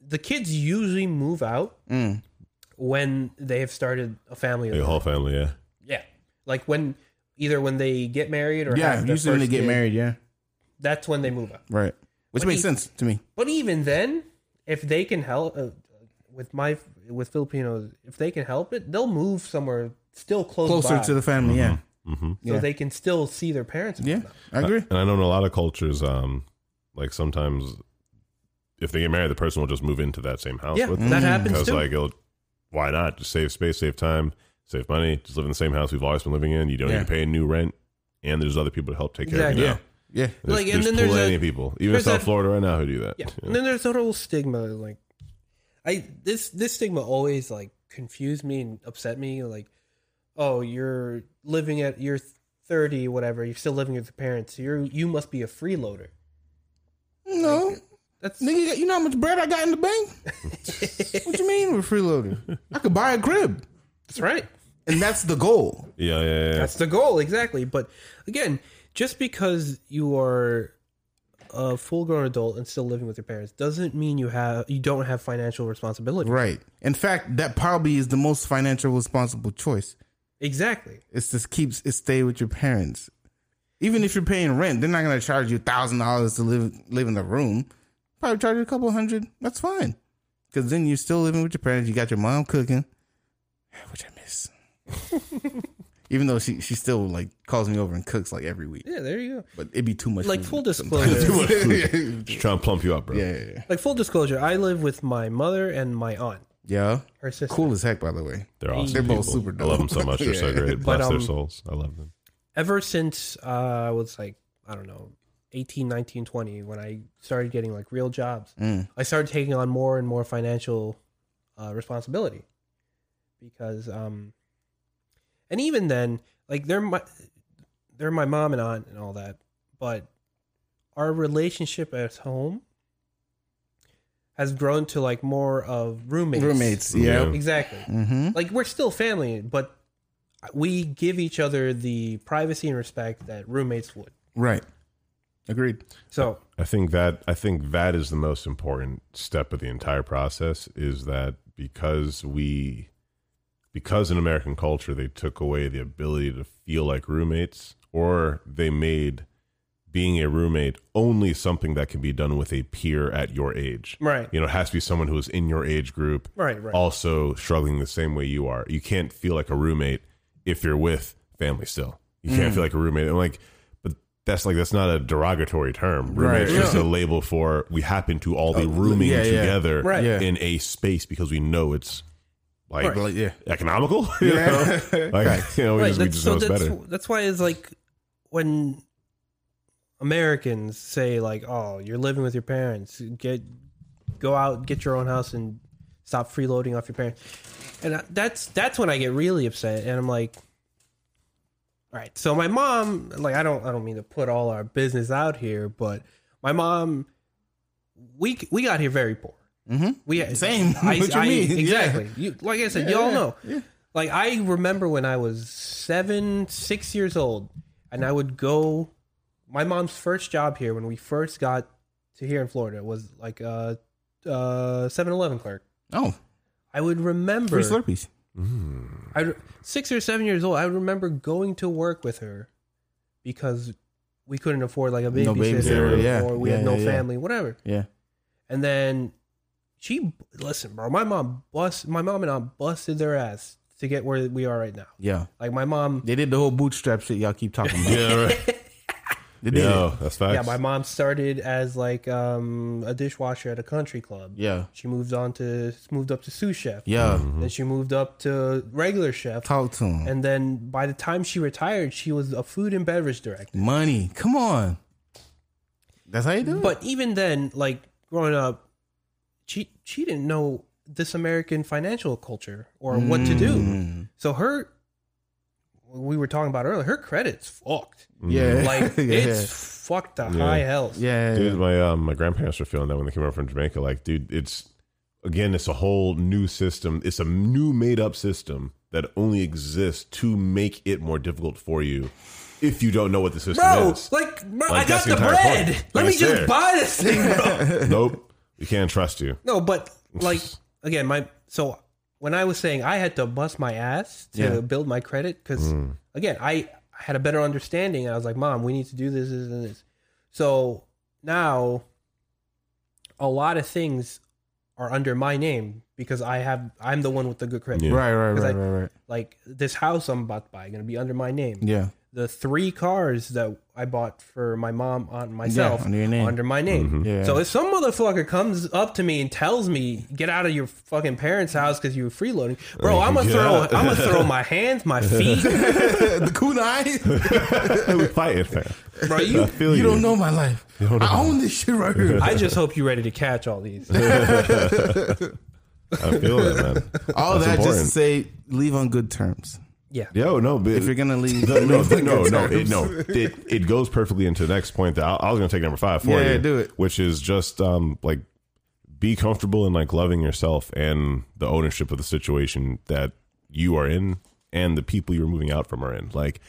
the kids usually move out Mm. when they have started a family. of The their whole family, yeah. Yeah, like when either when they get married or Yeah, have their usually when they first get kid, married, yeah. That's when they move out. Right. Which But makes he- sense to me. But even then, if they can help uh, with my with Filipinos, if they can help it, they'll move somewhere still close Closer by. to the family, yeah. Mm-hmm. so Yeah. they can still see their parents. and Yeah, stuff. I agree. Uh, And I know in a lot of cultures, um, like sometimes if they get married, the person will just move into that same house yeah, with them. that happens Because too. like, it'll, why not? Just save space, save time, save money. Just live in the same house we've always been living in. You don't Yeah. even pay new rent, and there's other people to help take care of Exactly. you. now. Yeah, yeah. There's, Like, and there's then there's plenty a- of people, even in there's South a- Florida right now, who do that. yeah. Yeah. and then there's that whole stigma. Like, I this this stigma always like confused me and upset me. Like, oh, you're living at you're 30, whatever. You're still living with your parents. You're you must be a freeloader. No, That's nigga, you got- you know how much bread I got in the bank? what you mean we're freeloading? I could buy a crib, that's right. and that's the goal. yeah, yeah, yeah. That's the goal, exactly. But again, just because you are a full-grown adult and still living with your parents doesn't mean you have you don't have financial responsibility. Right. In fact, that probably is the most financial responsible choice. Exactly. It's just keeps it stay with your parents. Even if you're paying rent, they're not gonna charge you thousand dollars to live live in the room. Probably charge you a couple hundred. That's fine, because then you're still living with your parents. You got your mom cooking, which I miss. Even though she she still like calls me over and cooks like every week, Yeah, there you go. but it'd be too much. Like food full sometimes. disclosure. Too much food. Just trying to plump you up, bro. yeah, yeah, yeah. Like full disclosure, I live with my mother and my aunt, Yeah. her sister. Cool as heck, by the way. They're awesome. They're both people. super dope. I love them so much. They're so Yeah. great. But, Bless their um, souls. I love them. Ever since uh, I was like, I don't know, 18, 19, 20 when I started getting like real jobs, Mm. I started taking on more and more financial uh, responsibility because, um, and even then, like they're my they're my mom and aunt and all that, but our relationship at home has grown to like more of roommates. Roommates. Yeah. Yeah. exactly. Mm-hmm. Like we're still family, but we give each other the privacy and respect that roommates would. Right. Agreed. So I think that I think that is the most important step of the entire process is that because we because in American culture they took away the ability to feel like roommates or they made being a roommate only something that can be done with a peer at your age. right, You know, it has to be someone who is in your age group right, right. also struggling the same way you are. You can't feel like a roommate if you're with family still. You Mm. can't feel like a roommate. I'm like, but that's like that's not a derogatory term. Roommate's Right. just Yeah. Uh, a label for we happen to all be rooming yeah, yeah. together Right. Yeah. in a space because we know it's like But like, yeah. economical. You Yeah. know? Like you know, we just, we that's, just know it's that's, better. that's why it's like when Americans say like, "Oh, you're living with your parents. Get go out, get your own house, and stop freeloading off your parents." And I- that's that's when I get really upset, and I'm like, "All right." So my mom, like, I don't I don't mean to put all our business out here, but my mom, we we got here very poor. Mm-hmm. We Same. I, What you I- mean? Yeah. Exactly. You, like I said, y'all yeah, know. yeah. Like I remember when I was seven, six years old, and I would go. My mom's first job here, when we first got to here in Florida, was like a Seven Eleven clerk. Oh, I would free remember Slurpees. Mm. I six or seven years old. I remember going to work with her because we couldn't afford like a babysitter, No babysitter, yeah. or we Yeah, had no yeah, yeah. family, whatever. Yeah. And then she listen, bro. My mom bust my mom and I busted their ass to get where we are right now. Yeah. Like my mom, They did the whole bootstrap shit y'all keep talking about. Yeah, right. They did it. yeah, that's facts. yeah, my mom started as like um, a dishwasher at a country club. Yeah. Mm. She moved on to moved up to sous chef. Yeah. Then she moved up to regular chef. Talk to him. And then by the time she retired, she was a food and beverage director. Money. Come on. That's how you do it. But even then, like growing up, she she didn't know this American financial culture or what to Mm. do. So her, we were talking about earlier, her credit's fucked. Mm. yeah. Like yeah. it's fucked to high hell. yeah. Dude, my um, my grandparents were feeling that when they came over from Jamaica. Like, dude, it's again, it's a whole new system. It's a new made up system that only exists to make it more difficult for you if you don't know what the system Bro, is. like, bro, I Like, got that's the the entire point. bread. Let me That's just it. buy this thing, bro. nope, we can't trust you. no, but like again, my so when I was saying I had to bust my ass to Yeah. build my credit because Mm. again, I I had a better understanding. I was like, Mom, we need to do this, this, and this. So now, a lot of things are under my name because I have I'm the one with the good credit. Yeah. Right, right, 'Cause right, I- right, right. Like this house I'm about to buy going to be under my name. Yeah. The three cars that I bought for my mom, aunt, and myself under your name. Mm-hmm. are under my name. Yeah. So if some motherfucker comes up to me and tells me, "Get out of your fucking parents' house because you were freeloading," bro, I'm gonna Yeah. throw, I'm gonna throw my hands, my feet, the kunai? I would fight if that. bro. You, I feel you don't know my life. I own this shit right here. I just hope you're ready to catch all these. I feel it, man. All That's that just to important. say, leave on good terms. Yeah, Yo, no, but If you're gonna leave, no, no, th- no, good no, it, terms. no. It, it goes perfectly into the next point that I, I was going to take number five for Yeah, you. do it. Which is just um like be comfortable in like loving yourself and the ownership of the situation that you are in and the people you're moving out from are in. Like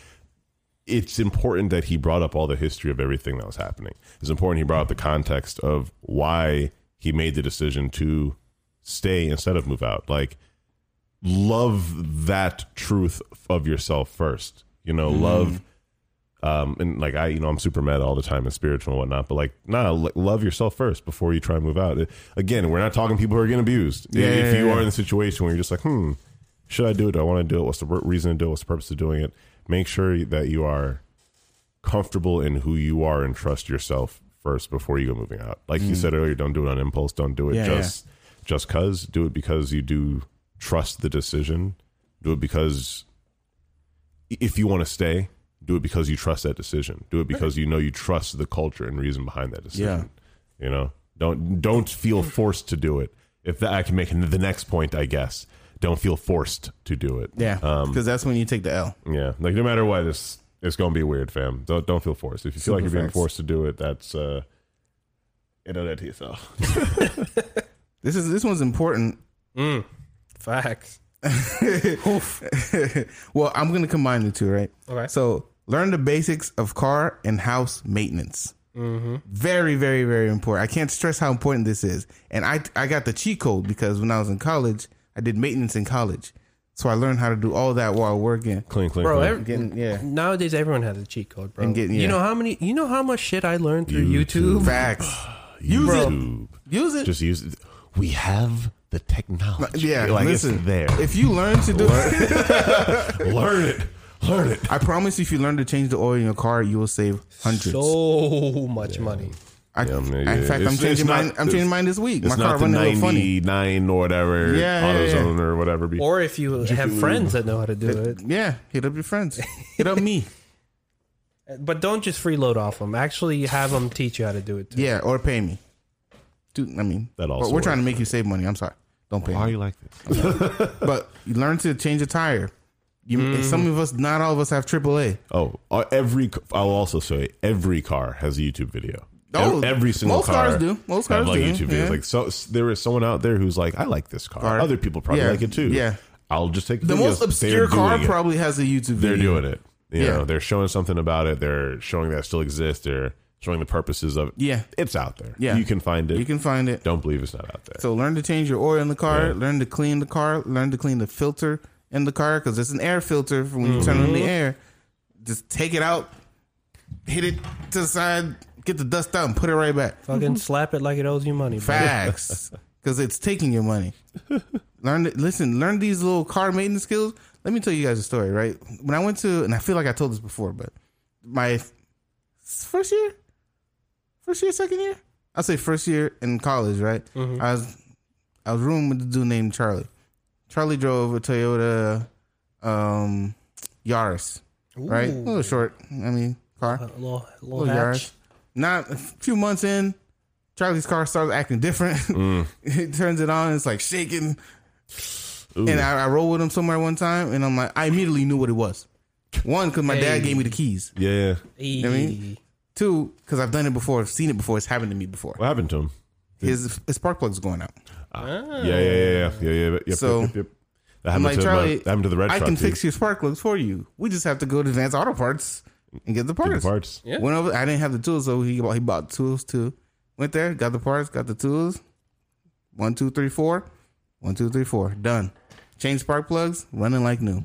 it's important that he brought up all the history of everything that was happening. It's important he brought up the context of why he made the decision to stay instead of move out. Like love that truth of yourself first. You know, Mm-hmm. love um and like I, you know, I'm super mad all the time and spiritual and whatnot, but like nah, l- love yourself first before you try and move out. Uh, Again, we're not talking people who are getting abused. if yeah, you yeah. are in the situation where you're just like, hmm, should I do it? Do I want to do it? What's the r- reason to do it? What's the purpose of doing it? Make sure that you are comfortable in who you are and trust yourself first before you go moving out. Like you said earlier, don't do it on impulse. Don't do it Mm. Yeah, just just cause. Do it because you do trust the decision. Do it because i- if you want to stay, do it because you trust that decision. Do it because you know you trust the culture and reason behind that decision. You know, don't don't feel forced to do it. If that I can make the next point, I guess. Don't feel forced to do it. Yeah, because that's when you take the L. Yeah, like no matter what, it's it's gonna be weird, fam. Don't don't feel forced. If you feel like you're Super being facts. forced to do it, that's uh, you know that to yourself. This is this one's important. Mm. facts. well, I'm gonna combine the two, right? Okay. So learn the basics of car and house maintenance. Mm-hmm. Very, very, very important. I can't stress how important this is. And I I got the cheat code because when I was in college, I did maintenance in college, so I learned how to do all that while working. Clean, clean, Bro, clean. every, Getting yeah, nowadays everyone has a cheat code, bro. And getting- yeah. You know how many? You know how much shit I learned through YouTube. YouTube. facts. Use it. YouTube. Use it. Uh, Just use. It. We have the technology. yeah, like listen. it's there. If you learn to do it. learn it, learn it. I promise you, if you learn to change the oil in your car, you will save hundreds. So much money. I, Yeah, I mean, in yeah, fact, it's- I'm it's changing not- mine. I'm changing it's- mine this week. My It's car not the running a little funny. ninety-nine or whatever Yeah, yeah, yeah. AutoZone or whatever. Be. Or if you have friends that know how to do it, Yeah, hit up your friends. Hit up me. but don't just freeload off them. Actually, have them teach you how to do it. Too. Yeah, or pay me. Dude, I mean, That but also we're trying to make you save money. I'm sorry, don't pay. Why Me. are you like this? But you learn to change a tire. You, and Some of us, not all of us, have AAA. Oh, uh, every. ca- I'll also say every car has a YouTube video. Oh, Ev- every single most car cars do. Most have, cars like do, YouTube videos. yeah. Like so, s- there is someone out there who's like, I like this car. Car. Other people probably Yeah. like it too. Yeah. I'll just take The videos. most They're obscure car doing it. probably has a YouTube. They're video. doing it. You Yeah. know, they're showing something about it. They're showing that it still exists. They're showing the purposes of it. Yeah. it's out there. Yeah. you can find it. You can find it. Don't believe it's not out there. So learn to change your oil in the car. Yeah. Learn to clean the car. Learn to clean the filter in the car because it's an air filter for when you turn on the air. Just take it out, hit it to the side, get the dust out, and put it right back. Fucking slap it like it owes you money. Bro. Facts, because it's taking your money. Learn, to, listen, learn these little car maintenance skills. Let me tell you guys a story. Right when I went to, and I feel like I told this before, but my f- first year, first year, second year, I say first year in college. Right, I was, I was rooming with a dude named Charlie. Charlie drove a Toyota um, Yaris. Right, a little short. I mean, car. A Uh, little, little, Little hatch. Yaris. Not a few months in, Charlie's car starts acting different. it turns it on, it's like shaking. And I, I rolled with him somewhere one time, and I'm like, I immediately knew what it was. One, because my dad Hey. gave me the keys. yeah, I mean- Two, because I've done it before, I've seen it before, it's happened to me before. what happened to him? His his spark plug's going out. Yeah, yeah, yeah, yeah, yeah, yeah. Yep, yep, So, yep, yep. That happened I'm like, to my, Charlie, that happened to the red. I truck, can dude. fix your spark plugs for you. We just have to go to Advanced Auto Parts and get the parts. the parts. Yeah. Went over. I didn't have the tools, so he bought, he bought tools too. Went there, got the parts, got the tools. One, two, three, four. One, two, three, four. Done. Changed spark plugs, running like new.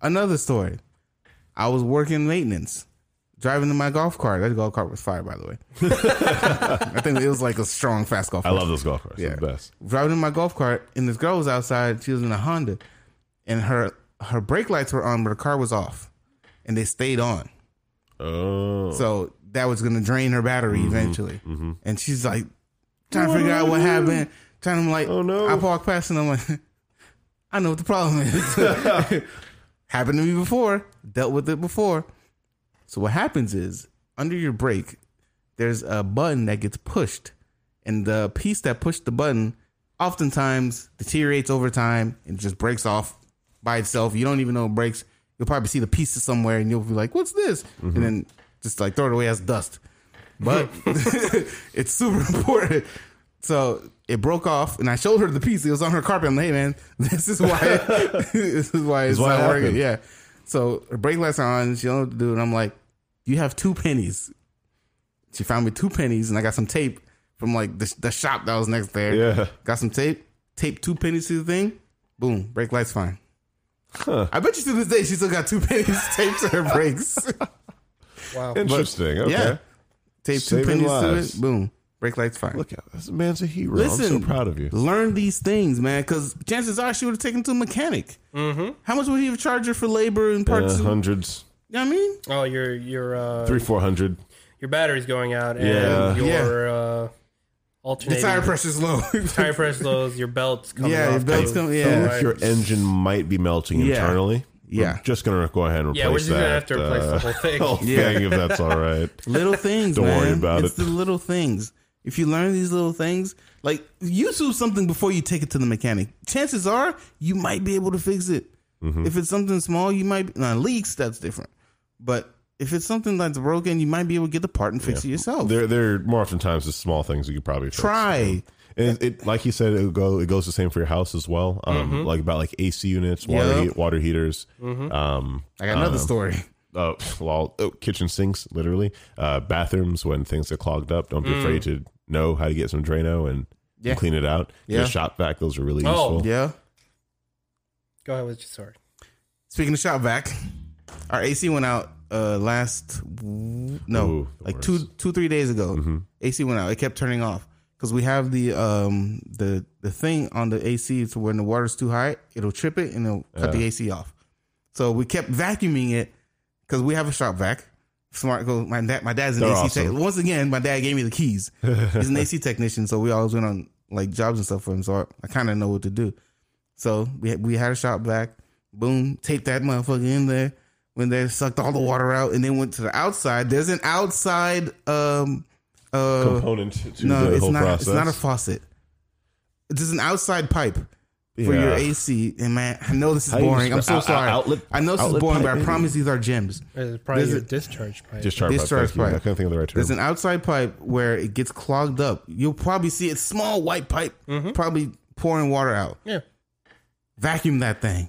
Another story. I was working maintenance. driving in my golf cart. That golf cart was fire, by the way. I think it was like a strong, fast golf I cart. love those golf carts. Yeah. The best. driving in my golf cart, and this girl was outside. She was in a Honda, and her her brake lights were on, but her car was off, and they stayed on. Oh. Mm-hmm. So that was going to drain her battery eventually. And she's like trying to figure out what happened. Trying to like, Oh, no. I walk past and I'm like, I know what the problem is. happened to me before. Dealt with it before. So what happens is under your brake, there's a button that gets pushed, and the piece that pushed the button oftentimes deteriorates over time and just breaks off by itself. You don't even know it breaks. You'll probably see the pieces somewhere, and you'll be like, "What's this?" And then just like throw it away as dust. But it's super important. So it broke off, and I showed her the piece. It was on her carpet. I'm like, "Hey, man, this is why. this is why it's why it not working." happened. Yeah. So her brake lights are on. She don't know what to do, and I'm like, "You have two pennies." She found me two pennies, and I got some tape from like the, the shop that was next there. Yeah. Got some tape, taped two pennies to the thing. Boom, brake lights fine. I bet you to this day she still got two pennies taped to her brakes. Wow. Interesting. Okay. Yeah, taped Saving two pennies lives. to it. Boom, brake lights fine. Look at this man's a hero. Listen, I'm so proud of you. Learn these things, man, because chances are she would have taken to a mechanic. Mm-hmm. How much would he have charged her for labor and Uh, parts? and- hundreds, you know what I mean? Oh, your your uh, three, four hundred. your battery's going out, and Yeah. your uh, The alternating tire pressure's low. tire press lows, your belts coming Yeah, off. your belts too. come- yeah. like, Your engine might be melting Yeah. internally. Yeah. We're just gonna go ahead and replace yeah, we're just that. gonna have to replace uh, the whole thing. whole Yeah. thing if that's all right. little things. Don't worry man. about it's it. the little things. If you learn these little things, like YouTube something before you take it to the mechanic, chances are you might be able to fix it. Mm-hmm. If it's something small, you might now leaks. That's different. But if it's something that's broken, you might be able to get the part and fix it yourself. There, there are more oftentimes the small things you could probably fix. Try. And it, it- like you said, it go it goes the same for your house as well. Um, Mm-hmm. like about like AC units, water Yeah. heat, water heaters. Um, I got another story. uh, well, oh, kitchen sinks, literally, uh, bathrooms when things are clogged up. Don't be afraid to know how to get some Drano and Mm. Yeah. clean it out. Get Yeah. a shop vac; those are really Oh. useful. Yeah. Go ahead with your story. Speaking of shop vac, our AC went out uh last w- no Ooh, the like worst. Mm-hmm. two two three days ago. AC went out. It kept turning off because we have the um the the thing on the AC to when the water's too high, it'll trip it and it'll cut the AC off. So we kept vacuuming it because we have a shop vac. Smart go. My dad, my dad's an They're AC tech. awesome. Once again, my dad gave me the keys. He's an AC technician, so we always went on like jobs and stuff for him. So I, I kind of know what to do. So we we had a shop back. Boom, taped that motherfucker in there. When they sucked all the water out and then went to the outside. There's an outside. um uh, Component to No, the it's whole not. process. It's not a faucet. There's an outside pipe for Yeah. your AC. And man, I know this is How you boring. I'm so describe- out- sorry. outlet- I know this is outlet boring, pipe, but I maybe? promise these are gems. It's Uh, probably There's your a- discharge pipe. discharge pipe. discharge thank you. pipe. I couldn't think of the right term. There's an outside pipe where it gets clogged up. You'll probably see it small white pipe, probably pouring water out. yeah. Vacuum that thing.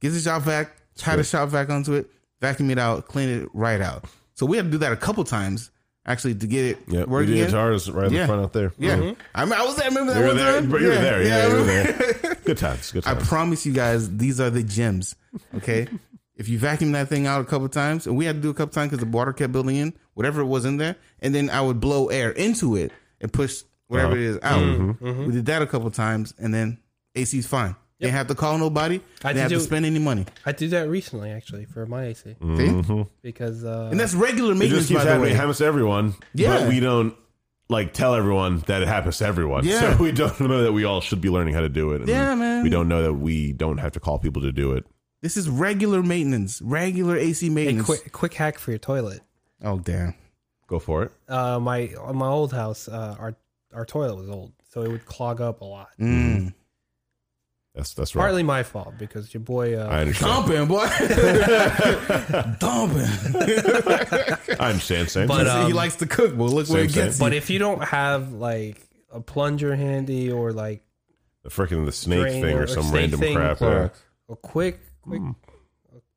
Get the shop vac, tie the shop vac onto it, vacuum it out, clean it right out. So we had to do that a couple times actually to get it Yep, we working. did again. ours right in Yeah. the front out there. Yeah, I, mean, I was there. Remember that You were one there. time? You were there. Yeah, you were I there. Good times. Good I times. promise you guys, these are the gems. Okay. if you vacuum that thing out a couple times, and we had to do a couple times because the water kept building in, whatever it was in there, and then I would blow air into it and push Uh-huh. whatever it is out. Mm-hmm. Mm-hmm. We did that a couple times, and then AC's fine. They have to call nobody. I they had have to to do- spend any money. I did that recently, actually, for my AC See? Mm-hmm. because uh, And that's regular it just maintenance, keeps by the happening. It way. happens to everyone. Yeah. But we don't like tell everyone that it happens to everyone. Yeah. So we don't know that we all should be learning how to do it. And Yeah, man. We don't know that we don't have to call people to do it. This is regular maintenance, regular AC a maintenance. quick quick hack for your toilet. Oh damn! Go for it. Uh, my on my old house, uh, our our toilet was old, so it would clog up a lot. Mm. That's that's right. Partly my fault because your boy. Uh, I understand. Dumping, boy. Dumping. I understand. Same. But, uh, he likes to cook, but look where it um, Same, same. gets. but if you don't have like a plunger handy or like the freaking the snake drain thing or, or some snake random thing, crap. or Yeah. Hmm. a quick, quick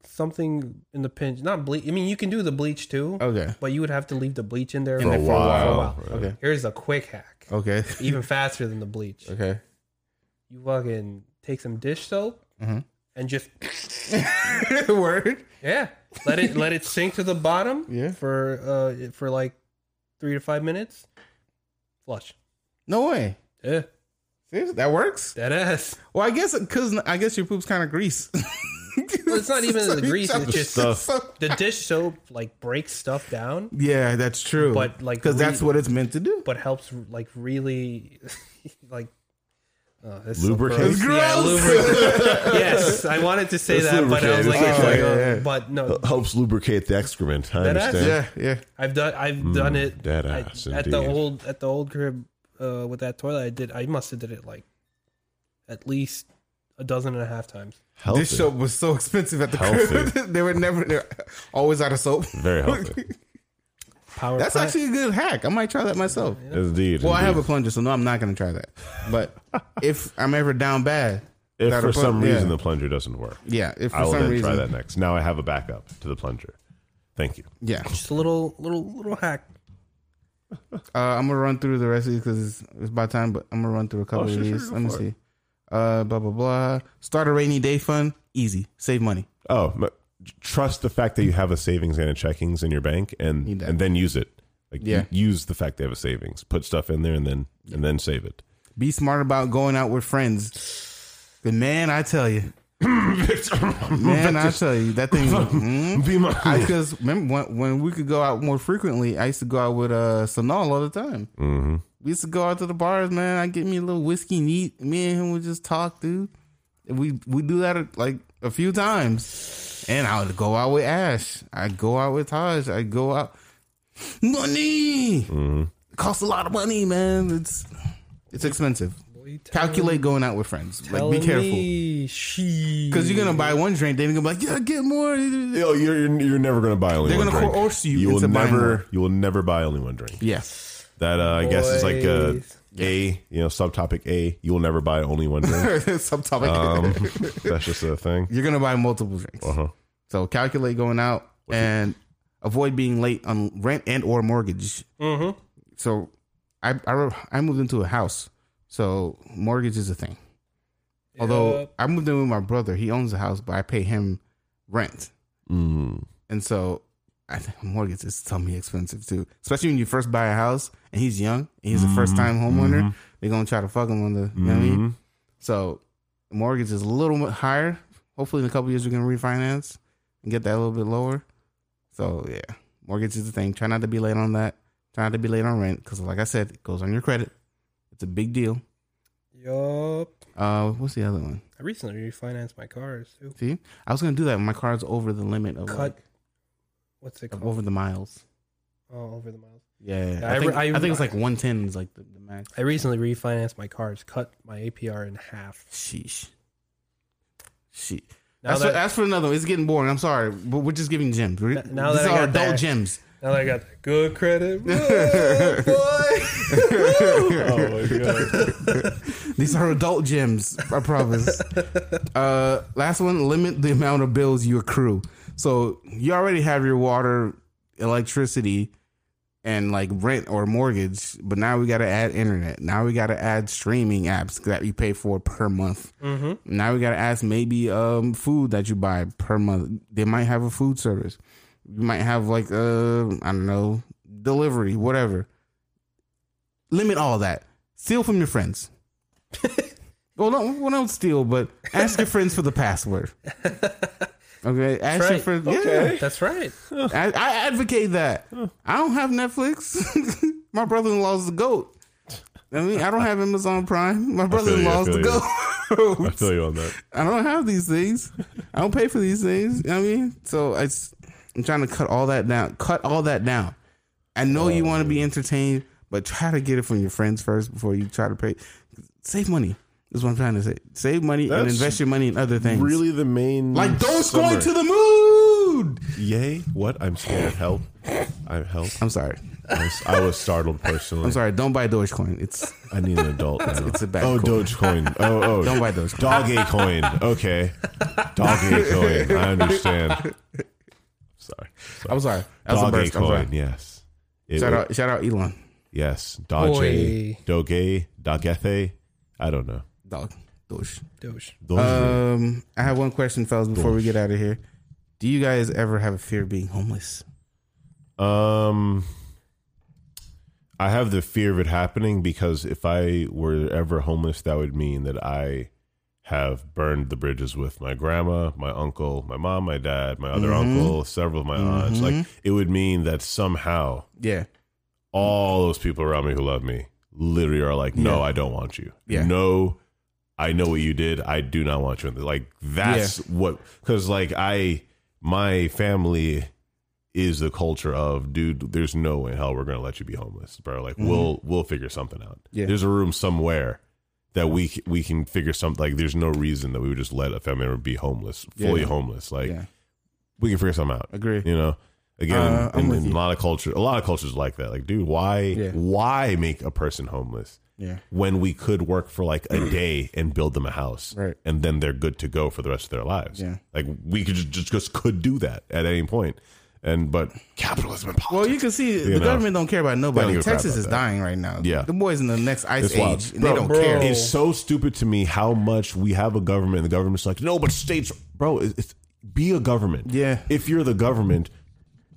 something in the pinch. Not bleach. I mean, you can do the bleach too. Okay. But you would have to leave the bleach in there In there for for a a while. while. Okay. Here's a quick hack, Okay. even faster than the bleach. Okay. You fucking take some dish soap and just Word. yeah, let it let it sink to the bottom Yeah. for uh for like three to five minutes. Flush. No way. Yeah, Seriously, that works. that ass. Well, I guess because I guess your poop's kind of grease. it's not even the grease, it's just- Stuff. The dish soap like breaks stuff down, Yeah, that's true. But, like, because that's re- what it's meant to do. but helps like really like. Uh, that's Lubricate? gross. It's Yeah, gross. lubricate. yes, I wanted to say It's that, but I was lubricated. like, It's it's like, like- uh, Yeah, yeah. but no, helps lubricate the excrement. I That ass. understand. Yeah, yeah. I've done I've Mm, done it that I- ass, at the indeed. old at the old crib uh, with that toilet. I did I must have did it like at least a dozen and a half times. Healthy. This soap was so expensive at the Healthy. crib. they were never they're always out of soap. Very healthy. Power. That's plant. actually a good hack. I might try that myself. Indeed. Well, I have a indeed. plunger, so no, I'm not going to try that. But if I'm ever down bad, If that for a plun- some yeah. reason the plunger doesn't work, yeah, if for I will some then reason, try that next. Now I have a backup to the plunger. Thank you. yeah, just a little little little hack. uh, I'm gonna run through the rest of these because it's, it's about time. But I'm gonna run through a couple Oh, sure, of sure, these. go Let me for it. see. Uh, blah blah blah. Start a rainy day fund. Easy, save money. Oh, m- trust the fact that you have a savings and a checkings in your bank, and that. and then use it. Like Yeah. u- use the fact they have a savings. Put stuff in there, and then and then save it. Be smart about going out with friends. But man, I tell you, man, I tell you, that thing. Mm. Be my- I because remember when, when we could go out more frequently, I used to go out with uh Sonal all the time. Mm-hmm. We used to go out to the bars, man. I get me a little whiskey neat. Me and him would just talk, dude. And We we do that like a few times, and I would go out with Ash. I go out with Taj. I go out money. Mm-hmm. It costs a lot of money, man. It's it's expensive. Calculate going out with friends. Like be careful E because you're gonna buy Mm. one drink, then you're gonna be like, yeah, get more. Yo, you're, you're you're never gonna buy only They're one gonna drink. coerce you You will into buying never more. you will never buy only one drink. Yes. That uh, I guess is like a Boys. a you know subtopic a. You will never buy only one drink. Subtopic. Um, that's just a thing. You're gonna buy multiple drinks. Uh-huh. So calculate going out and avoid being late on rent and or mortgage. Mm-hmm. So I I, re- I moved into a house, so mortgage is a thing. Although I moved in with my brother, he owns the house, but I pay him rent, Mm. and so I think mortgage is something expensive too. Especially when you first buy a house and he's young and he's Mm-hmm. a first time homeowner, they're gonna try to fuck him on the. You know what I mean? Mhm. So mortgage is a little bit higher. Hopefully, in a couple years, we can refinance and get that a little bit lower. So yeah, mortgage is the thing. Try not to be late on that. Try not to be late on rent because, like I said, it goes on your credit. It's a big deal. yup. Uh, what's the other one? I recently refinanced my cars too. See, I was gonna do that. when My car's over the limit of Cut. like, What's it of called? over the miles. oh, over the miles. Yeah, Yeah, I, I think, re- I- I think it's like one ten is like the, the max. I recently refinanced my cars. Cut my APR in half. Sheesh. Sheesh. Now That's, that- for, that's for another one. It's getting boring. I'm sorry, but we're just giving gems. We're- N- now These that I are got adult that- gems. Now that I got that good credit, Whoa, boy. Oh my god. These are adult gems, I promise. uh, last one, limit the amount of bills you accrue. So you already have your water, electricity, and like rent or mortgage, but now we got to add internet. Now we got to add streaming apps that you pay for per month. Now we got to add maybe um, food that you buy per month. They might have a food service. You might have like uh, I don't know delivery, whatever. Limit all that. Steal from your friends. Well, don't, well, don't steal, but ask your friends for the password. Okay, ask your right. friends. That's right. Yeah, I, I advocate that. I don't have Netflix. My brother in law's the goat. I mean, I don't have Amazon Prime. My brother in law's feel the you, I I goat. feel you on that. I don't have these things. I don't pay for these things. You know what I mean, so I, am trying to cut all that down. Cut all that down. I know you Oh, want to be entertained, but try to get it from your friends first before you try to pay. Save money. That's what I'm trying to say. Save money and That's invest your money in other things. Really, the main like those going to summary. the moon. yay. What? I'm scared. Help! I help. I'm sorry. I was, I was startled personally. I'm sorry. Don't buy Dogecoin. It's I need an adult. Now. it's a bad Oh, coin. Dogecoin. Oh, oh. don't buy Dogecoin. Doggy coin. Okay. Doggy coin. I understand. Sorry. I'm sorry. That was a Doggy burst. I'm sorry. coin. Yes. It- Shout out, shout out, Elon. Yes. Doge. Doge. Dogethe. I don't know. Dog, Doge. Doge. Those Uh, Um, I have one question, fellas, before we get out of here. Do you guys ever have a fear of being homeless? Um, I have the fear of it happening because if I were ever homeless, that would mean that I have burned the bridges with my grandma, my uncle, my mom, my dad, my other uncle, several of my aunts. Like it would mean that somehow Yeah. all those people around me who love me literally are like, no, I don't want you. Yeah. No, I know what you did. I do not want you. in this." Like that's what because like I my family is the culture of dude. There's no way in hell we're gonna let you be homeless, bro. Like we'll we'll figure something out. Mm-hmm. Yeah. There's a room somewhere that we c- we can figure something. Like there's no reason that we would just let a family member be homeless, Yeah. fully homeless. Like Yeah. we can figure something out. Agree. You know, again, Uh, I'm in, with in you. a lot of culture, a lot of cultures like that. Like, dude, why, Yeah. why make a person homeless Yeah. when we could work for like a day and build them a house, Right. And then they're good to go for the rest of their lives. Yeah. like we could just, just just could do that at any point. And but capitalism and Well, politics. you can see the know. government don't care about They don't nobody. give a crap Texas about is that. dying right now. Yeah. The boys in the next ice It's wild. age, and Bro, they don't bro. care. It's so stupid to me how much we have a government. and The government's like, no, but states, bro, it's, it's be a government. Yeah. If you're the government,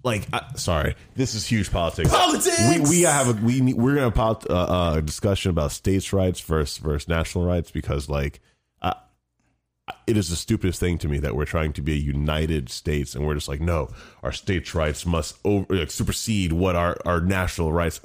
like, I, sorry, this is huge politics. Politics! We, we have a we need, we're gonna pop a uh, uh, discussion about states' rights versus versus national rights because like. I- I- It is the stupidest thing to me that we're trying to be a united states, and we're just like, no, our states' rights must over, like, supersede what our, our national rights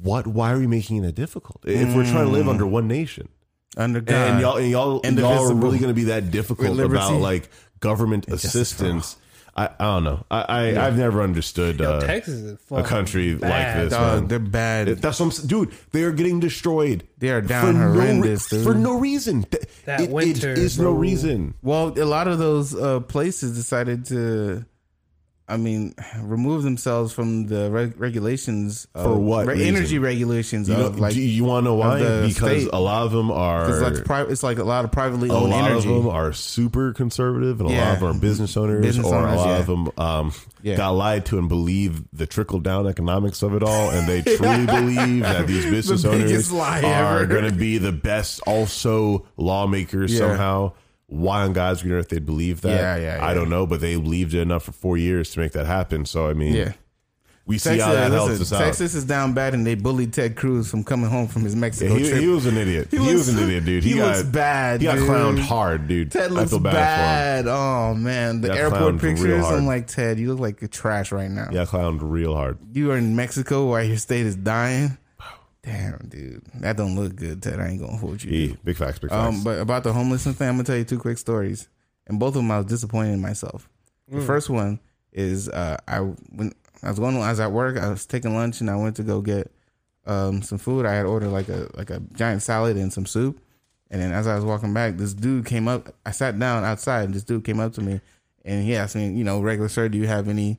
what why are we making it difficult if we're trying to live under one nation Under Mm. God. and y'all and y'all and y'all are Indivisible. really going to be that difficult With liberty. about like government assistance I, I don't know I, I I've never understood uh, Texas is a fucking country bad. like this Dog, man. they're bad. It- That's what I'm saying. Dude, they are getting destroyed. Mm-hmm. They are For down no re- horrendous, dude. For no reason. Th- That it- winter, It is no bro. reason. well, a lot of those uh, places decided to, I mean, remove themselves from the reg- regulations of- For what re- reason? energy regulations You, know, of like do you want to know why? the Because state. a lot of them are. It's like pri- it's like a lot of privately a owned lot energy. of them are super conservative, and a lot Yeah. of them are business owners, Business or a owners, lot yeah. of them um, Yeah. got lied to and believe the trickle down economics of it all, and they truly believe that these business owners biggest lie are ever. going to be the best, also lawmakers Yeah. somehow. Why on God's green earth they believe that? Yeah, yeah, I yeah. don't know, but they believed it enough for four years to make that happen. So I mean, yeah. we see Texas, how that helps us listen, out. Texas is down bad, and they bullied Ted Cruz from coming home from his Mexico he, trip. he was an idiot. He, looks- was an idiot, dude. He, got, looks bad. He got dude. clowned hard, dude. Ted I looks feel bad, for him. bad. Oh man, the got airport clowned real pictures. hard. I'm like Ted, you look like a trash right now. Yeah, clowned real hard. You are in Mexico while your state is dying. Damn, dude, that don't look good, Ted. I ain't gonna hold you. Yeah, E, big facts, big facts. Um, but about the homelessness thing, I'm gonna tell you two quick stories, and both of them I was disappointed in myself. The first one is uh, I when I was going I was at work, I was taking lunch, and I went to go get um, some food. I had ordered like a like a giant salad and some soup, and then as I was walking back, this dude came up. I sat down outside, and this dude came up to me, and he asked me, you know, regular sir, do you have any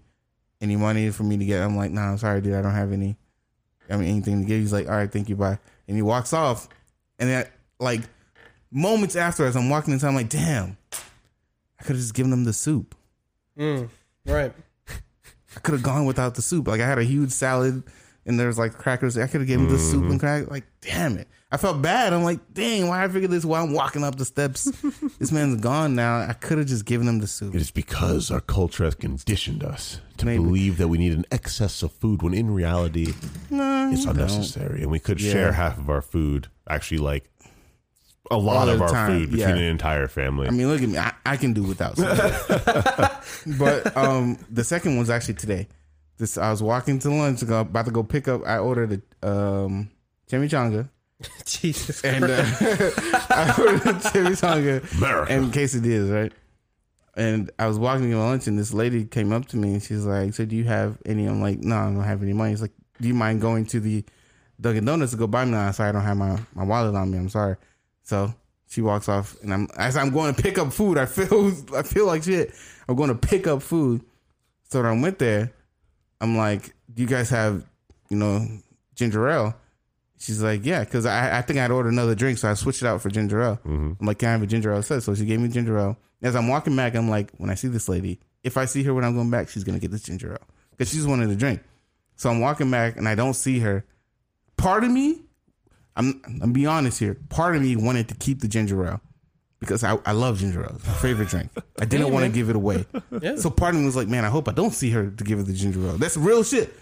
any money for me to get? I'm like, nah, I'm sorry, dude, I don't have any. I mean, anything to give. He's like, all right, thank you, bye. And he walks off, and then like moments after, as I'm walking inside, I'm like, damn, I could have just given him the soup. Mm, right. I could have gone without the soup. Like I had a huge salad and there's like crackers. I could have given him the soup and crack. Like damn it, I felt bad. I'm like, dang, why I figured this while I'm walking up the steps. this man's gone now. I could have just given him the soup. It is because our culture has conditioned us to Maybe. believe that we need an excess of food when in reality it's unnecessary and we could share half of our food, actually like a lot All of the our time, food between yeah. an entire family. I mean, look at me. I, I can do without. something. but um, the second one's actually today. This I was walking to lunch, go- about to go pick up. I ordered a um, chimichanga. Jesus Christ. and uh, I ordered chimichanga America. uh, and quesadillas, right? And I was walking to get my lunch, and this lady came up to me, and she's like, "So do you have any?" I'm like, "No, I don't have any money." She's like, "Do you mind going to the Dunkin' Donuts to go buy me?" one?" I said, "I don't have my, my wallet on me. I'm sorry." So she walks off, and I'm as I'm going to pick up food, I feel I feel like shit. I'm going to pick up food, so when I went there, I'm like, "Do you guys have, you know, ginger ale?" She's like, yeah, because I, I think I'd ordered another drink, so I switched it out for ginger ale. I'm like, can I have a ginger ale set? So she gave me ginger ale. As I'm walking back, I'm like, when I see this lady, if I see her when I'm going back, she's gonna get this ginger ale because she's wanted a drink. So I'm walking back and I don't see her. Part of me, I'm I'm be honest here. Part of me wanted to keep the ginger ale because I, I love ginger ale. It's my favorite drink. I didn't want to give it away. Yeah. So part of me was like, man, I hope I don't see her to give her the ginger ale. That's real shit.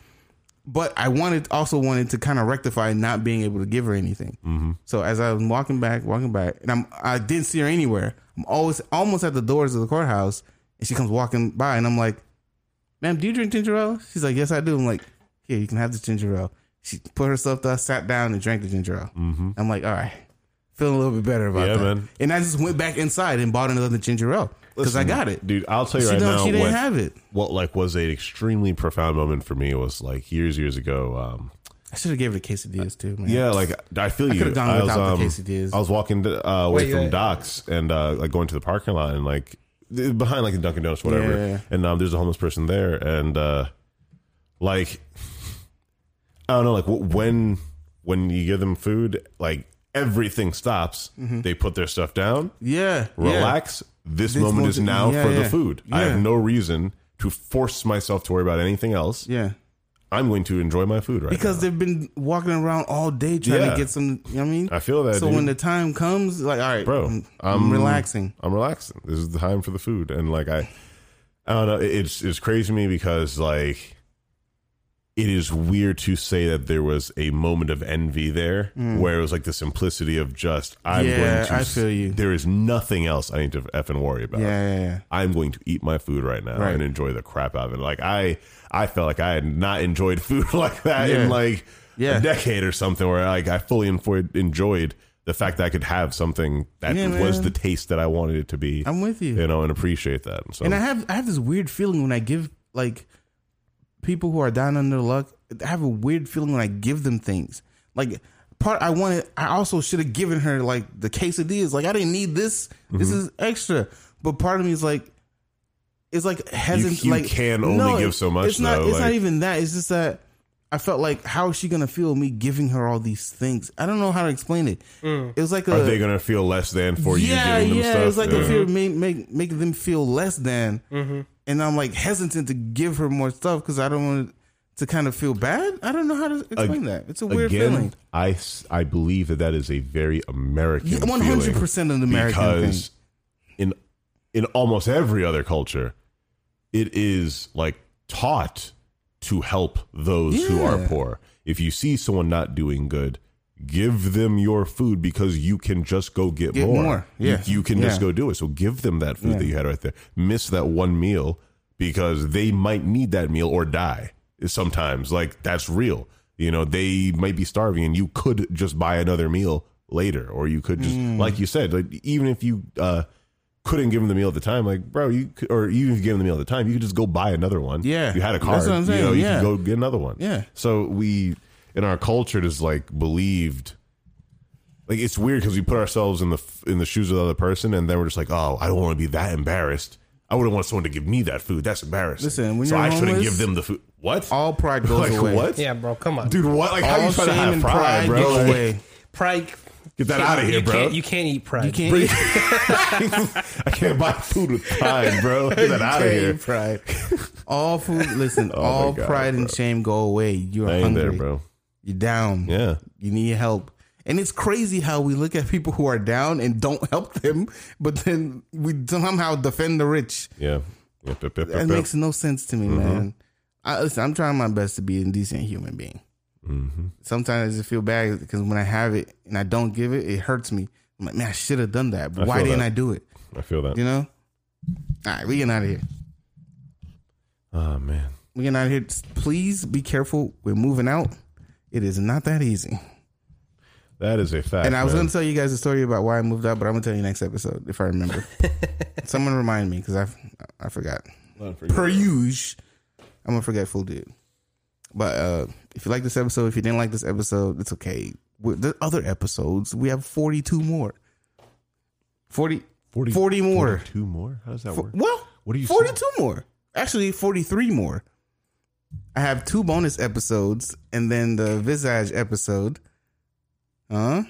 But I wanted also wanted to kind of rectify not being able to give her anything. Mm-hmm. So as I was walking back, walking back, and I'm I didn't see her anywhere. I'm always almost at the doors of the courthouse, and she comes walking by, and I'm like, ma'am, do you drink ginger ale? She's like, yes, I do. I'm like, here, you can have this ginger ale. She put herself down, sat down, and drank the ginger ale. I'm like, all right, feeling a little bit better about Mm-hmm. Yeah, that. man. And I just went back inside and bought another ginger ale because I Listen, got it. dude. I'll tell you She, right don't, now. she didn't what- have it. what like was an extremely profound moment for me was like years years ago um I should have gave it a quesadillas too, man. yeah like i feel you could've gone I without the um, quesadillas. i was walking uh, away Wait, from wait. docs and uh like going to the parking lot and like th- behind like the dunkin donuts whatever Yeah. and um there's a homeless person there and uh like i don't know like wh- when when you give them food like everything stops they put their stuff down Mm-hmm. yeah, yeah. relax. This, moment moment- is now yeah, for yeah. the food. I Yeah. have no reason to force myself to worry about anything else. yeah. I'm going to enjoy my food right Because they've been walking around all day trying Yeah. to get some. You know what I mean, now. I feel that, so dude. when the time comes, like, all right, Bro, I'm, I'm I'm- relaxing. I'm relaxing. This is the time for the food, and like I, I don't know. it- It's it's crazy to me because like, it is weird to say that there was a moment of envy there, where it was like the simplicity of just I'm Mm. Yeah, going to. I s- feel you. There is nothing else I need to f and worry about. Yeah, yeah, yeah. I'm going to eat my food right now Right. and enjoy the crap out of it. Like I, I felt like I had not enjoyed food like that Yeah. in like Yeah. a decade or something, where like I fully enfo- enjoyed the fact that I could have something that Yeah, was man. the taste that I wanted it to be. I'm with you. you know, and appreciate that. So And I have I have this weird feeling when I give like people who are down on their luck. I have a weird feeling when I give them things. Like part I wanted. I also should have given her like the quesadillas. Like I didn't need this. This Mm-hmm. is extra. But part of me is like, it's like hesitant. you like can only give so much, It's not. though, It's not like- even that. It's just that. I felt like, how is she gonna feel me giving her all these things? I don't know how to explain it. It was like a, are they going to feel less than for yeah, you giving them yeah. stuff? It's like yeah. if you're make, make make them feel less than, and I'm like hesitant to give her more stuff because I don't want to kind of feel bad. I don't know how to explain that. It's a weird Again, feeling. I, s- I believe that that is a very American feeling. One hundred percent an American because in in almost every other culture, it is like taught to help those who are Yeah. poor. If you see someone not doing good, give them your food because you can just go get, Get more. more, You- yes, You, can just yeah. go do it. So give them that food that you had right there. Miss that one meal because they might need that meal or die sometimes. Like that's real. You know, they might be starving and you could just buy another meal later or you could just Mm. like you said, like even if you uh couldn't give them the meal at the time, like bro, you could, or even if you gave them the meal at the time, you could just go buy another one. Yeah. You had a That's card. what I'm saying, You know, you yeah. could go get another one. Yeah. So we in our culture just like believed like it's weird because we put ourselves in the in the shoes of the other person, and then we're just like, oh, I don't want to be that embarrassed. I wouldn't want someone to give me that food. That's embarrassing. Listen, when so you're I shouldn't homeless, give them the food. What? All pride goes like away. what? Yeah, bro, come on. Dude, what? Like how All you trying to shame have and pride, pride, bro? go Like, away. Pride. Get that you out of here, can't- bro. You can't eat pride. You can't. Bring- I can't buy food with pride, bro. Get that out of Hey, here. Pride. All food. Listen. Oh my all God, pride and bro. shame go away. You're I ain't hungry. there, bro. You're down. Yeah. You need help. And it's crazy how we look at people who are down and don't help them, but then we somehow defend the rich. Yeah. Yep, yep, yep, That yep, makes no sense to me, Mm-hmm. man. I, listen, I'm trying my best to be a decent human being. Mm-hmm. Sometimes I just feel bad because when I have it and I don't give it, it hurts me. I'm like, man, I should have done that. But I why feel didn't that. I do it? I feel that. You know? All right, we getting out of here. Oh man. We getting out of here. Please be careful. We're moving out. It is not that easy. That is a fact. And I was man. going to tell you guys a story about why I moved out, but I'm going to tell you next episode if I remember. Someone remind me because I I forgot. Per usual, I'm a forgetful dude. But uh, if you like this episode, if you didn't like this episode, it's okay. With the other episodes, we have 42 more. 40, 40, 40 more. Two more? How does that work? Well, What are you 42 more. Actually, 43 more. I have two bonus episodes and then the Visage episode. Huh?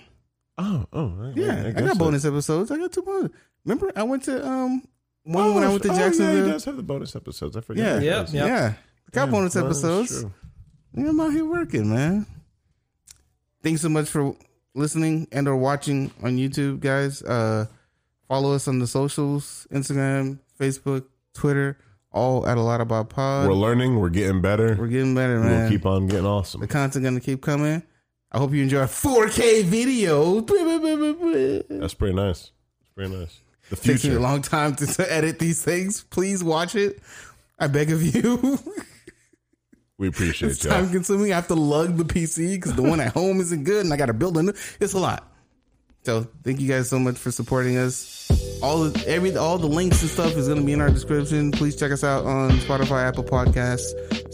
Oh, oh, I- Yeah, I, I, got guess so. bonus episodes. I got two bonus. Remember, I went to um one Oh, when I went to oh, Yeah, Jacksonville. he Yeah, does have the bonus episodes. I forgot. yeah, Yep, yep. Got Damn, bonus well, that's episodes. true. Yeah, I'm out here working, man. Thanks so much for listening and or watching on YouTube, guys. Uh Follow us on the socials: Instagram, Facebook, Twitter. All at a lot about pod. We're We're, learning. We're getting better. getting better, man. we'll keep on getting awesome. The content gonna keep coming. I hope you enjoy 4K videos. That's pretty nice. That's pretty nice. The Takes me a future. long time to, to edit these things. Please watch it. I beg of you. We appreciate it's you. time consuming. I have to lug the PC because the one at home isn't good, and I got to build a new. It's a lot. So thank you guys so much for supporting us. All the, every all the links and stuff is going to be in our description. Please check us out on Spotify, Apple Podcasts,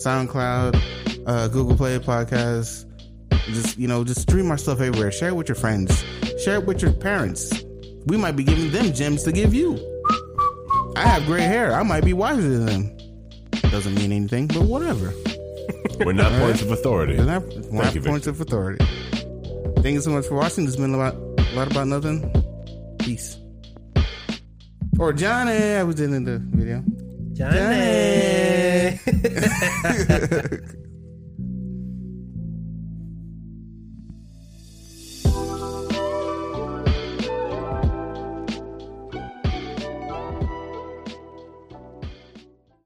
SoundCloud, uh, Google Play Podcasts. Just you know, just stream our stuff everywhere. Share it with your friends. Share it with your parents. We might be giving them gems to give you. I have gray hair. I might be wiser than them. Doesn't mean anything, but whatever. We're not points of authority. They're not, they're not you, Victor. points of authority. Thank you so much for watching. This has been a lot, a lot about nothing. Peace. Or Johnny, I was in the video. Johnny.